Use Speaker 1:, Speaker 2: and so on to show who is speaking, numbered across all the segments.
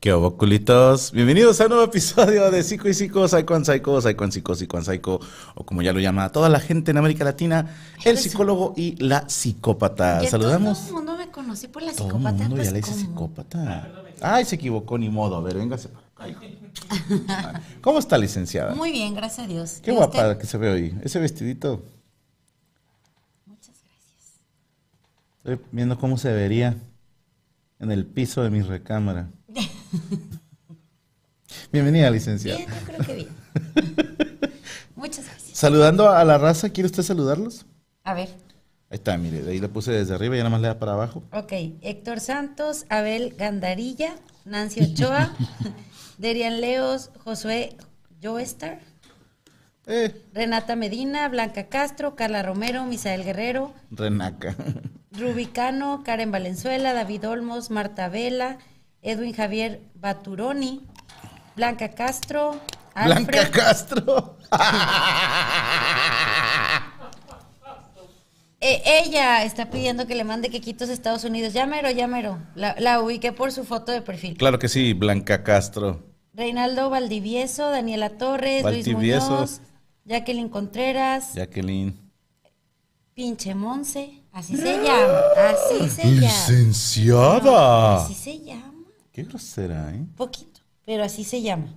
Speaker 1: ¿Qué hubo, culitos? Bienvenidos a un nuevo episodio de Psico y Psico, Psycho and Psycho, Psycho and Psico, Psico and Psycho, o como ya lo llama toda la gente en América Latina, el psicólogo y la psicópata.
Speaker 2: Ya
Speaker 1: Ah, Saludamos.
Speaker 2: Todo el mundo me conocí por la
Speaker 1: Todo el
Speaker 2: psicópata.
Speaker 1: mundo
Speaker 2: pues,
Speaker 1: ya le dice
Speaker 2: ¿cómo?
Speaker 1: psicópata. Ay, se equivocó, ni modo. A ver, véngase para acá, hijo. Ay, ¿Cómo está, licenciada?
Speaker 2: Muy bien, gracias a Dios.
Speaker 1: Qué
Speaker 2: ¿Y
Speaker 1: guapa
Speaker 2: usted?
Speaker 1: que se ve hoy. Ese vestidito.
Speaker 2: Muchas gracias.
Speaker 1: Estoy viendo cómo se vería en el piso de mi recámara. Bienvenida, licenciada.
Speaker 2: Bien, yo creo que bien. Muchas gracias.
Speaker 1: Saludando a la raza, ¿quiere usted saludarlos?
Speaker 2: A ver,
Speaker 1: Ahí está, mire, de ahí le puse desde arriba y nada más le da para abajo.
Speaker 2: ok. Héctor Santos, Abel Gandarilla, Nancy Ochoa, Derian Leos, Josué Joestar,
Speaker 1: Eh,
Speaker 2: Renata Medina, Blanca Castro, Carla Romero, Misael Guerrero,
Speaker 1: renaca.
Speaker 2: Rubicano, Karen Valenzuela, David Olmos, Marta Vela, Edwin Javier Baturoni, Blanca Castro, Alfred.
Speaker 1: Blanca Castro.
Speaker 2: Eh, ella está pidiendo que le mande quequitos a Estados Unidos. Llámero, llámero. La, la ubiqué por su foto de perfil.
Speaker 1: Claro que sí, Blanca Castro.
Speaker 2: Reinaldo Valdivieso, Daniela Torres,
Speaker 1: Valdivieso.
Speaker 2: Luis Muñoz, Jacqueline Contreras,
Speaker 1: Jacqueline.
Speaker 2: Pinche Monse. Así se llama. Así se llama.
Speaker 1: ¡Licenciada!
Speaker 2: Así se llama.
Speaker 1: Qué grosera, ¿eh?
Speaker 2: Poquito, pero así se llama.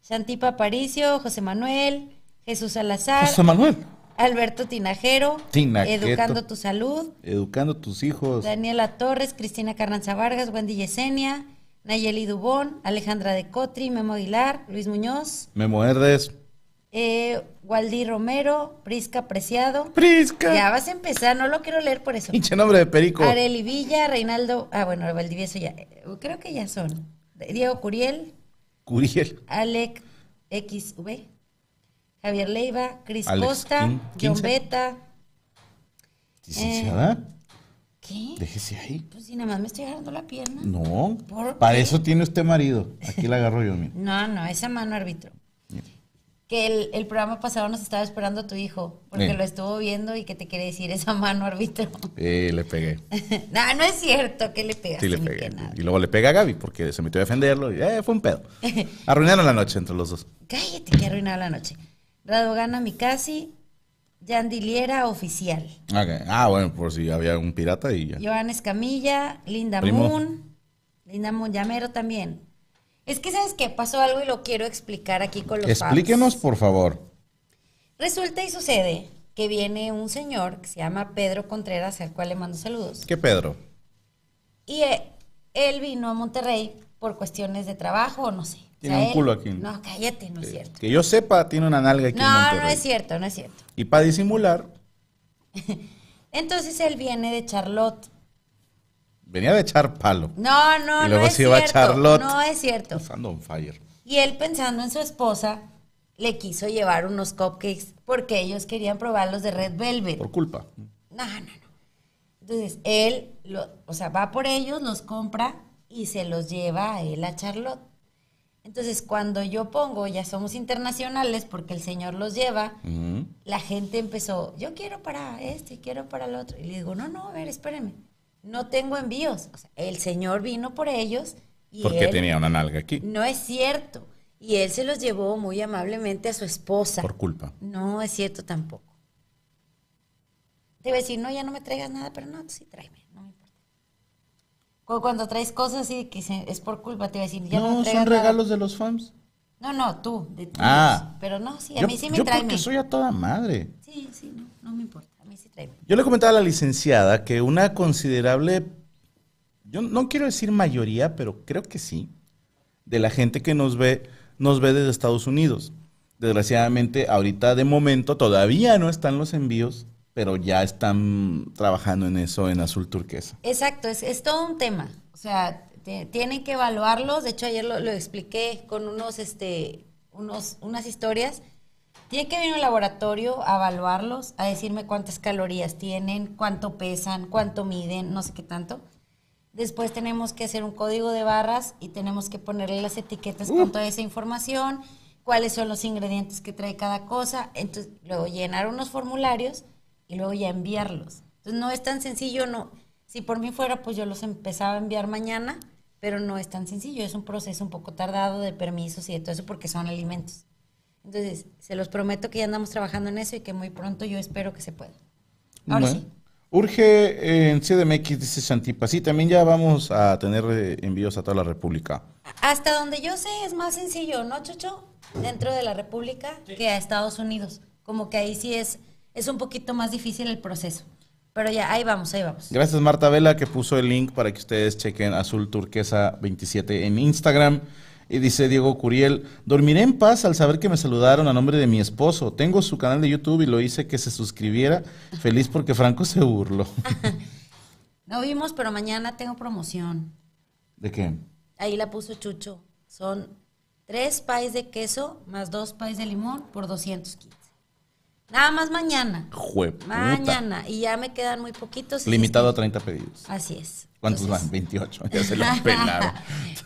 Speaker 2: Santipa Aparicio, José Manuel, Jesús Salazar,
Speaker 1: José Manuel.
Speaker 2: Alberto Tinajero,
Speaker 1: Tinaqueto.
Speaker 2: Educando tu Salud,
Speaker 1: Educando a tus hijos.
Speaker 2: Daniela Torres, Cristina Carranza Vargas, Wendy Yesenia, Nayeli Dubón, Alejandra de Cotri, Memo Aguilar, Luis Muñoz,
Speaker 1: Me muerdes.
Speaker 2: eh, Waldi Romero, Prisca Preciado. Ya
Speaker 1: ¡Prisca!
Speaker 2: vas a empezar, no lo quiero leer por eso.
Speaker 1: Pinche nombre de perico.
Speaker 2: Areli Villa, Reinaldo, ah bueno, Valdivieso ya, eh, creo que ya son. Diego Curiel,
Speaker 1: Curiel.
Speaker 2: Alec XV, Javier Leiva, Cris
Speaker 1: Alex Quin-
Speaker 2: Costa, John
Speaker 1: 15.
Speaker 2: Beta. Eh,
Speaker 1: Licenciada,
Speaker 2: ¿Qué?
Speaker 1: déjese ahí.
Speaker 2: Pues si nada más me estoy agarrando la pierna.
Speaker 1: No.
Speaker 2: ¿Por
Speaker 1: Para
Speaker 2: qué?
Speaker 1: eso tiene usted marido. Aquí la agarro yo, mira.
Speaker 2: No, no, esa mano árbitro. Que el, el programa pasado nos estaba esperando tu hijo, porque
Speaker 1: Bien.
Speaker 2: lo estuvo viendo y que te quiere decir esa mano árbitro.
Speaker 1: Eh, le pegué.
Speaker 2: no, no es cierto que le pegaste.
Speaker 1: Sí, le
Speaker 2: mi
Speaker 1: pegué.
Speaker 2: querida.
Speaker 1: Y luego le pega a Gaby porque se metió a defenderlo. Y, eh, fue un pedo. Arruinaron la noche entre los dos.
Speaker 2: Cállate, que arruinaba la noche. Radogana Mikasi, Yandiliera Oficial,
Speaker 1: Ok. Ah, bueno, por si había un pirata y ya.
Speaker 2: Joan Escamilla, Linda
Speaker 1: Primo.
Speaker 2: Moon, Linda Moon Llamero también. Es que, ¿sabes qué? Pasó algo y lo quiero explicar aquí con los papás.
Speaker 1: Explíquenos, por favor.
Speaker 2: Resulta y sucede que viene un señor que se llama Pedro Contreras, al cual le mando saludos.
Speaker 1: ¿Qué Pedro?
Speaker 2: Y eh, él vino a Monterrey por cuestiones de trabajo o no sé. O
Speaker 1: Tiene
Speaker 2: sea,
Speaker 1: un
Speaker 2: él-
Speaker 1: culo aquí.
Speaker 2: No, cállate, no es cierto.
Speaker 1: Que yo sepa, tiene una nalga aquí en
Speaker 2: No, no
Speaker 1: Monterrey.
Speaker 2: es cierto, no es cierto.
Speaker 1: Y para disimular,
Speaker 2: Entonces él viene de Charlotte.
Speaker 1: venía de echar palo.
Speaker 2: No, no,
Speaker 1: Y luego
Speaker 2: no es
Speaker 1: se iba a
Speaker 2: cierto.
Speaker 1: Charlotte.
Speaker 2: No es cierto.
Speaker 1: Usando on fire.
Speaker 2: Y él pensando en su esposa, le quiso llevar unos cupcakes porque ellos querían probarlos de Red Velvet.
Speaker 1: Por culpa.
Speaker 2: No, no, no. Entonces, él, lo- o sea, va por ellos, los compra y se los lleva a él a Charlotte. Entonces, cuando yo pongo, ya somos internacionales porque el señor los lleva,
Speaker 1: Ujú.
Speaker 2: la gente empezó, yo quiero para este, y quiero para el otro. Y le digo, no, no, a ver, espérenme, no tengo envíos. O sea, el señor vino por ellos y
Speaker 1: Porque
Speaker 2: él-
Speaker 1: tenía una nalga aquí.
Speaker 2: no es cierto. Y él se los llevó muy amablemente a su esposa.
Speaker 1: Por culpa.
Speaker 2: No es cierto tampoco. Te iba a decir, no, ya no me traigas nada, pero no, tú sí tráeme, no me importa. Cu- Cuando traes cosas así que se- es por culpa, te iba a decir, ya no, me
Speaker 1: No,
Speaker 2: traigas
Speaker 1: son
Speaker 2: nada.
Speaker 1: regalos de los fans.
Speaker 2: No, no, tú, de ti.
Speaker 1: Ah.
Speaker 2: Pero no, sí, a
Speaker 1: yo,
Speaker 2: mí sí me
Speaker 1: yo
Speaker 2: tráeme.
Speaker 1: porque soy a toda madre.
Speaker 2: Sí, sí, no, no me importa, a mí sí tráeme.
Speaker 1: Yo le comentaba a la licenciada que una considerable, yo no quiero decir mayoría, pero creo que sí, de la gente que nos ve, nos ve desde Estados Unidos. Desgraciadamente, ahorita de momento todavía no están los envíos, pero ya están trabajando en eso en azul turquesa.
Speaker 2: Exacto, es, es todo un tema. O sea, te- tienen que evaluarlos. De hecho, ayer lo, lo expliqué con unos, este, unos, unas historias. Tiene que venir un laboratorio a evaluarlos, a decirme cuántas calorías tienen, cuánto pesan, cuánto miden, no sé qué tanto. Después tenemos que hacer un código de barras y tenemos que ponerle las etiquetas con toda esa información, cuáles son los ingredientes que trae cada cosa. Entonces, luego llenar unos formularios y luego ya enviarlos. Entonces, no es tan sencillo, no. Si por mí fuera, pues yo los empezaba a enviar mañana, pero no es tan sencillo. Es un proceso un poco tardado de permisos y de todo eso porque son alimentos. Entonces, se los prometo que ya andamos trabajando en eso y que muy pronto yo espero que se pueda.
Speaker 1: Bueno.
Speaker 2: Ahora sí.
Speaker 1: Urge eh, en CDMX, dice Santipa. Sí, también ya vamos a tener eh, envíos a toda la República.
Speaker 2: Hasta donde yo sé es más sencillo, ¿no, Chocho? Dentro de la República que a Estados Unidos. Como que ahí sí es, es un poquito más difícil el proceso. Pero ya, ahí vamos, ahí vamos.
Speaker 1: Gracias Marta Vela que puso el link para que ustedes chequen Azul Turquesa 27 en Instagram. Y dice Diego Curiel, dormiré en paz al saber que me saludaron a nombre de mi esposo. Tengo su canal de YouTube y lo hice que se suscribiera. Feliz porque Franco se burló.
Speaker 2: No vimos, pero mañana tengo promoción.
Speaker 1: ¿De qué?
Speaker 2: Ahí la puso Chucho. Son tres pies de queso más dos pies de limón por 215. Nada más mañana.
Speaker 1: Jueputa.
Speaker 2: Mañana. Y ya me quedan muy poquitos. así es
Speaker 1: Limitado a
Speaker 2: que-
Speaker 1: 30 pedidos.
Speaker 2: Así es.
Speaker 1: ¿Cuántos
Speaker 2: Entonces-
Speaker 1: van? 28. Ya se la pelaron.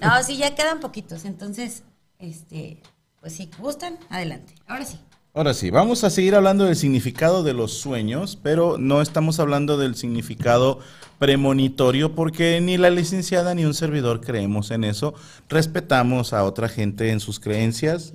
Speaker 2: no, sí, ya quedan poquitos. Entonces, este, pues si gustan, adelante. Ahora sí.
Speaker 1: Ahora sí, vamos a seguir hablando del significado de los sueños, pero no estamos hablando del significado premonitorio porque ni la licenciada ni un servidor creemos en eso. Respetamos a otra gente en sus creencias.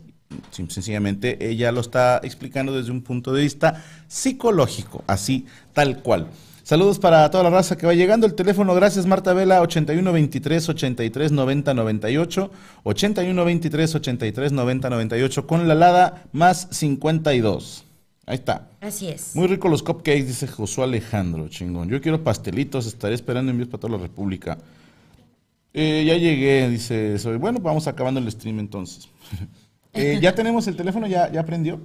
Speaker 1: Sim- Sencillamente ella lo está explicando desde un punto de vista psicológico, así tal cual. Saludos para toda la raza que va llegando. El teléfono, gracias Marta Vela, 81 23 83 90 98, 81 23 83 90 98, con la alada más 52. Ahí está.
Speaker 2: Así es.
Speaker 1: Muy rico los cupcakes, dice Josué Alejandro, chingón. Yo quiero pastelitos, estaré esperando envíos para toda la República. Eh, ya llegué, dice soy. Bueno, vamos acabando el stream entonces. Eh, ya tenemos el teléfono, ya, ya aprendió.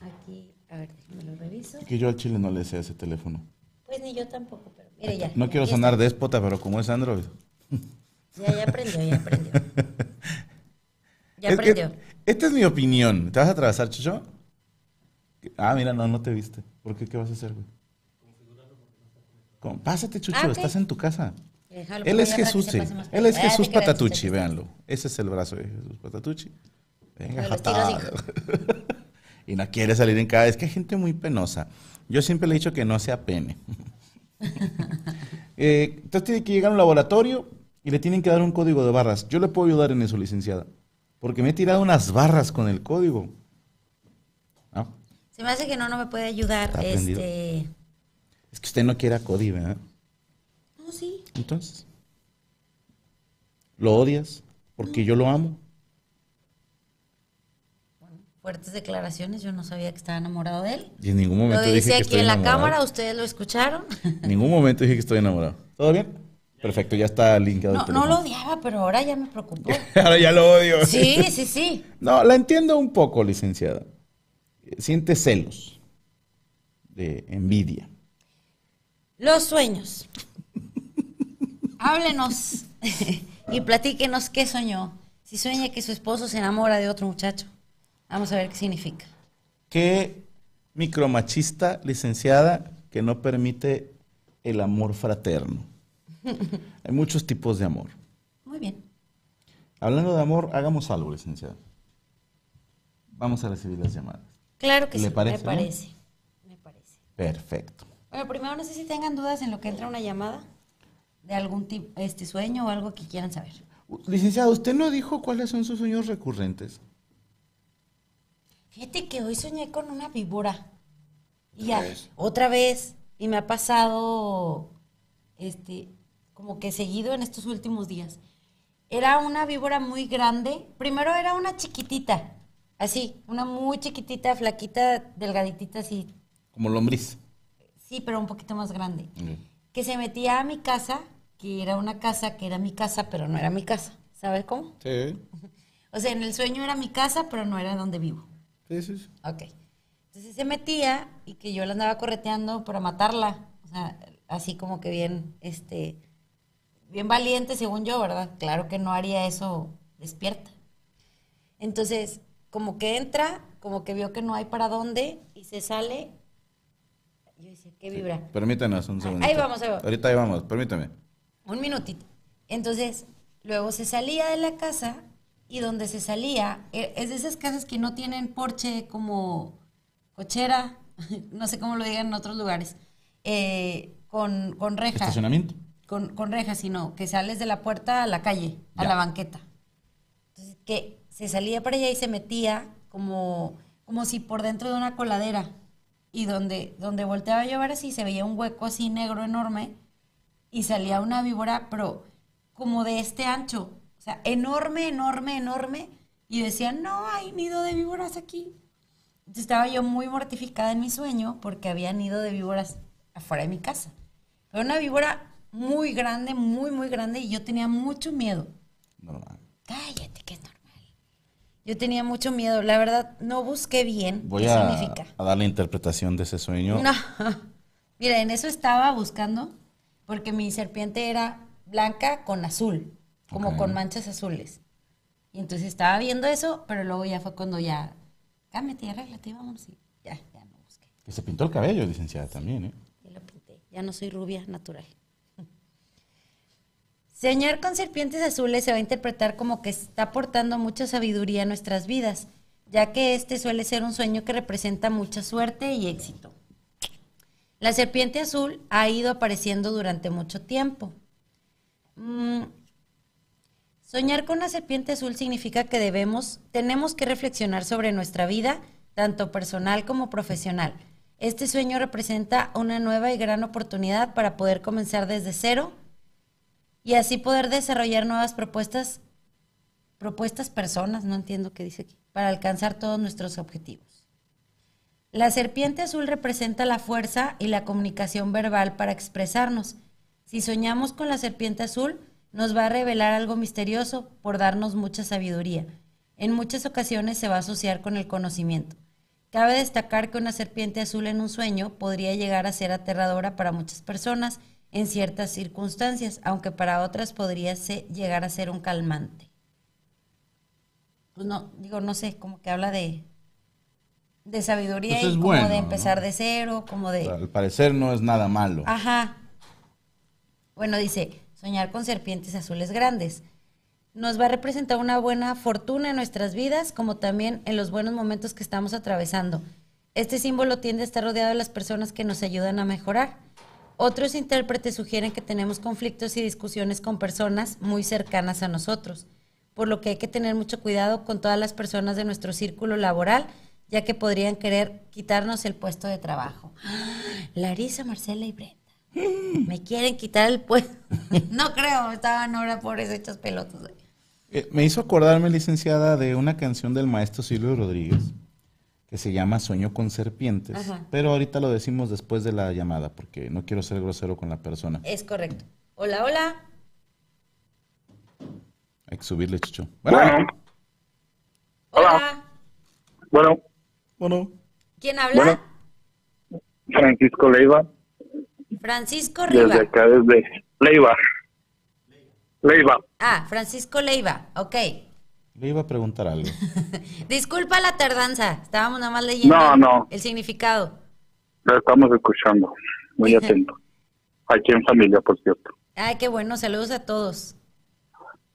Speaker 2: Aquí, a ver, déjame lo reviso.
Speaker 1: Que yo al chile no le sé ese teléfono.
Speaker 2: Pues ni yo tampoco, pero mire ya.
Speaker 1: No
Speaker 2: ya,
Speaker 1: quiero
Speaker 2: ya
Speaker 1: sonar déspota, pero como es Android.
Speaker 2: está. Ya, ya aprendió, ya aprendió. Ya
Speaker 1: Es- es-
Speaker 2: aprendió.
Speaker 1: esta es mi opinión. ¿Te vas a atravesar, Chicho? Ah, mira, no, no te viste. ¿Por qué? ¿Qué vas a hacer, güey? Con- Pásate, Chucho,
Speaker 2: Ah, ok.
Speaker 1: estás en tu casa.
Speaker 2: Déjalo,
Speaker 1: Él es
Speaker 2: ya para que
Speaker 1: Jesús,
Speaker 2: se
Speaker 1: sí.
Speaker 2: pase más.
Speaker 1: Él es
Speaker 2: Ah, te
Speaker 1: Jesús
Speaker 2: creas,
Speaker 1: Patatucci,
Speaker 2: te-
Speaker 1: véanlo. Ese es el brazo de Jesús Patatucci. Venga,
Speaker 2: Bueno, estilo así.
Speaker 1: jatado. y no quiere salir en cada... Es que hay gente muy penosa. Yo siempre le he dicho que no sea pene. Eh, entonces tiene que llegar a un laboratorio y le tienen que dar un código de barras. Yo le puedo ayudar en eso, licenciada. Porque me he tirado unas barras con el código. Ah,
Speaker 2: Se me hace que no, no me puede ayudar.
Speaker 1: Está aprendido.
Speaker 2: Este.
Speaker 1: Es que usted no quiere a Cody, ¿verdad?
Speaker 2: No, sí.
Speaker 1: Entonces, ¿lo odias? Porque yo lo amo.
Speaker 2: Fuertes declaraciones, yo no sabía que estaba enamorado de él.
Speaker 1: Y en ningún
Speaker 2: Lo
Speaker 1: momento dije
Speaker 2: dice
Speaker 1: que
Speaker 2: aquí
Speaker 1: estoy
Speaker 2: en la
Speaker 1: enamorado.
Speaker 2: cámara, ustedes lo escucharon.
Speaker 1: En ningún momento dije que estoy enamorado. ¿Todo bien? Perfecto, ya está linkado el
Speaker 2: No,
Speaker 1: teléfono.
Speaker 2: no lo odiaba, pero ahora ya me preocupó.
Speaker 1: Ahora ya lo odio.
Speaker 2: Sí, sí, sí.
Speaker 1: No, la entiendo un poco, licenciada. Siente celos de envidia.
Speaker 2: Los sueños. Háblenos y platíquenos qué soñó. Si sueña que su esposo se enamora de otro muchacho. Vamos a ver qué significa.
Speaker 1: Qué micromachista, licenciada, que no permite el amor fraterno. Hay muchos tipos de amor.
Speaker 2: Muy bien.
Speaker 1: Hablando de amor, hagamos algo, licenciada. Vamos a recibir las llamadas.
Speaker 2: Claro que
Speaker 1: ¿Le
Speaker 2: sí.
Speaker 1: parece,
Speaker 2: me
Speaker 1: no?
Speaker 2: parece. Me parece.
Speaker 1: Perfecto.
Speaker 2: Bueno, primero no sé si tengan dudas en lo que entra una llamada de algún tipo, este sueño o algo que quieran saber.
Speaker 1: U- Licenciada, usted no dijo cuáles son sus sueños recurrentes.
Speaker 2: Fíjate que hoy soñé con una víbora. Y ya, otra vez. Y me ha pasado, este, como que seguido en estos últimos días. Era una víbora muy grande. Primero era una chiquitita, así, una muy chiquitita, flaquita, delgaditita, así.
Speaker 1: Como lombriz.
Speaker 2: Sí, pero un poquito más grande. Que se metía a mi casa, que era una casa, que era mi casa, pero no era mi casa. ¿Sabes cómo?
Speaker 1: Sí.
Speaker 2: O sea, en el sueño era mi casa, pero no era donde vivo.
Speaker 1: Sí, sí, sí.
Speaker 2: Ok. Entonces se metía y que yo la andaba correteando para matarla. O sea, así como que bien, este, bien valiente según yo, ¿verdad? Claro que no haría eso despierta. Entonces, como que entra, como que vio que no hay para dónde y se sale. Yo decía, ¿qué vibra?
Speaker 1: Permítanos un segundo.
Speaker 2: vamos, ahí vamos.
Speaker 1: Ahorita ahí vamos, permítame.
Speaker 2: Un minutito. Entonces, luego se salía de la casa y donde se salía, e- es de esas casas que no tienen porche como cochera, no sé cómo lo digan en otros lugares, eh, con, con reja,
Speaker 1: Estacionamiento.
Speaker 2: con, con reja, sino que sales de la puerta a la calle, a
Speaker 1: Ya.
Speaker 2: la banqueta. Entonces, que se salía para allá y se metía como, como si por dentro de una coladera. Y donde, donde volteaba yo a ver así, se veía un hueco así negro enorme y salía una víbora, pero como de este ancho. O sea, enorme, enorme, enorme. Y decía, no hay nido de víboras aquí. Entonces, estaba yo muy mortificada en mi sueño porque había nido de víboras afuera de mi casa. Pero una víbora muy grande, muy, muy grande y yo tenía mucho miedo.
Speaker 1: Normal.
Speaker 2: Cállate, que es normal. Yo tenía mucho miedo. La verdad, no busqué bien
Speaker 1: Voy
Speaker 2: qué
Speaker 1: a,
Speaker 2: significa.
Speaker 1: a dar la interpretación de ese sueño.
Speaker 2: No. Mira, en eso estaba buscando porque mi serpiente era blanca con azul, como
Speaker 1: Ok.
Speaker 2: con manchas azules. Y entonces estaba viendo eso, pero luego ya fue cuando ya, cámete, arréglate, vámonos. Y ya, ya no busqué.
Speaker 1: Que se pintó el cabello, licenciada, también, ¿eh?
Speaker 2: Ya lo pinté. Ya no soy rubia natural. Señor con serpientes azules se va a interpretar como que está aportando mucha sabiduría a nuestras vidas, ya que este suele ser un sueño que representa mucha suerte y éxito. La serpiente azul ha ido apareciendo durante mucho tiempo. Mm, Soñar con una serpiente azul significa que debemos, tenemos que reflexionar sobre nuestra vida, tanto personal como profesional. Este sueño representa una nueva y gran oportunidad para poder comenzar desde cero y así poder desarrollar nuevas propuestas, propuestas personas, no entiendo qué dice aquí, para alcanzar todos nuestros objetivos. La serpiente azul representa la fuerza y la comunicación verbal para expresarnos. Si soñamos con la serpiente azul, nos va a revelar algo misterioso por darnos mucha sabiduría. En muchas ocasiones se va a asociar con el conocimiento. Cabe destacar que una serpiente azul en un sueño podría llegar a ser aterradora para muchas personas en ciertas circunstancias, aunque para otras podría se- llegar a ser un calmante. Pues no, digo, no sé, como que habla de, de sabiduría
Speaker 3: Pues
Speaker 2: y
Speaker 3: es
Speaker 2: como
Speaker 3: bueno,
Speaker 2: de empezar
Speaker 3: ¿no?
Speaker 2: de cero, como de...
Speaker 3: O sea, al parecer no es nada malo.
Speaker 2: Ah. Ajá. Bueno, dice, soñar con serpientes azules grandes. Nos va a representar una buena fortuna en nuestras vidas, como también en los buenos momentos que estamos atravesando. Este símbolo tiende a estar rodeado de las personas que nos ayudan a mejorar. Otros intérpretes sugieren que tenemos conflictos y discusiones con personas muy cercanas a nosotros, por lo que hay que tener mucho cuidado con todas las personas de nuestro círculo laboral, ya que podrían querer quitarnos el puesto de trabajo. Larisa, Marcela y Brenda. Me quieren quitar el puesto. No creo, estaban ahora pobres hechos pelotas. güey.
Speaker 3: Eh, me hizo acordarme, licenciada, de una canción del maestro Silvio Rodríguez que se llama Sueño con serpientes.
Speaker 2: Ajá.
Speaker 3: Pero ahorita lo decimos después de la llamada porque no quiero ser grosero con la persona.
Speaker 2: Es correcto. Hola, hola.
Speaker 3: Hay que subirle, chicho.
Speaker 4: Bueno,
Speaker 2: Hola.
Speaker 4: Hola. bueno,
Speaker 3: bueno.
Speaker 2: ¿Quién habla?
Speaker 4: Bueno. Francisco Leiva,
Speaker 2: Francisco
Speaker 4: desde
Speaker 2: Riva.
Speaker 4: acá, desde Leiva. Leiva,
Speaker 2: Ah, Francisco Leiva. Ok.
Speaker 3: Le iba a preguntar algo.
Speaker 2: Disculpa la tardanza. Estábamos nada más leyendo
Speaker 4: No, no.
Speaker 2: el significado.
Speaker 4: la estamos escuchando, muy atento. Aquí en familia, por cierto.
Speaker 2: Ay, qué bueno. Saludos a todos.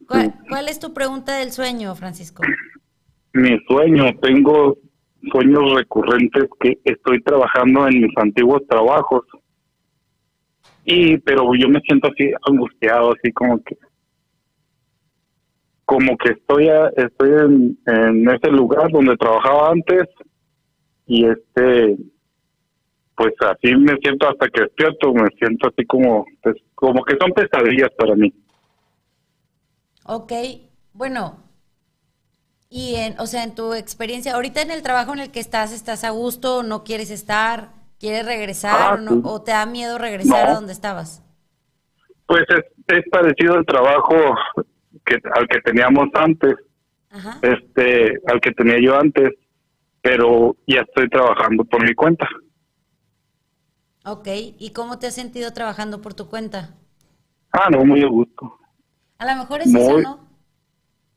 Speaker 2: ¿Cuál, cuál es tu pregunta del sueño, Francisco?
Speaker 4: Mi sueño, tengo sueños recurrentes que estoy trabajando en mis antiguos trabajos. Y, pero yo me siento así angustiado, así como que, como que estoy, a- estoy en, en ese lugar donde trabajaba antes y este, pues así me siento hasta que despierto, me siento así como, pues, como que son pesadillas para mí.
Speaker 2: Ok. Bueno. Y en, o sea, en tu experiencia, ahorita en el trabajo en el que estás, ¿estás a gusto o no quieres estar? ¿Quieres regresar
Speaker 4: Ah,
Speaker 2: o, no-
Speaker 4: sí.
Speaker 2: o te da miedo regresar a
Speaker 4: No.
Speaker 2: donde estabas?
Speaker 4: Pues es, es parecido al trabajo que, al que teníamos antes.
Speaker 2: Ajá.
Speaker 4: este al que tenía yo antes, pero ya estoy trabajando por mi cuenta.
Speaker 2: Ok. ¿Y cómo te has sentido trabajando por tu cuenta?
Speaker 4: Ah, no, muy a gusto.
Speaker 2: A lo mejor es eso,
Speaker 4: Muy-
Speaker 2: ¿no?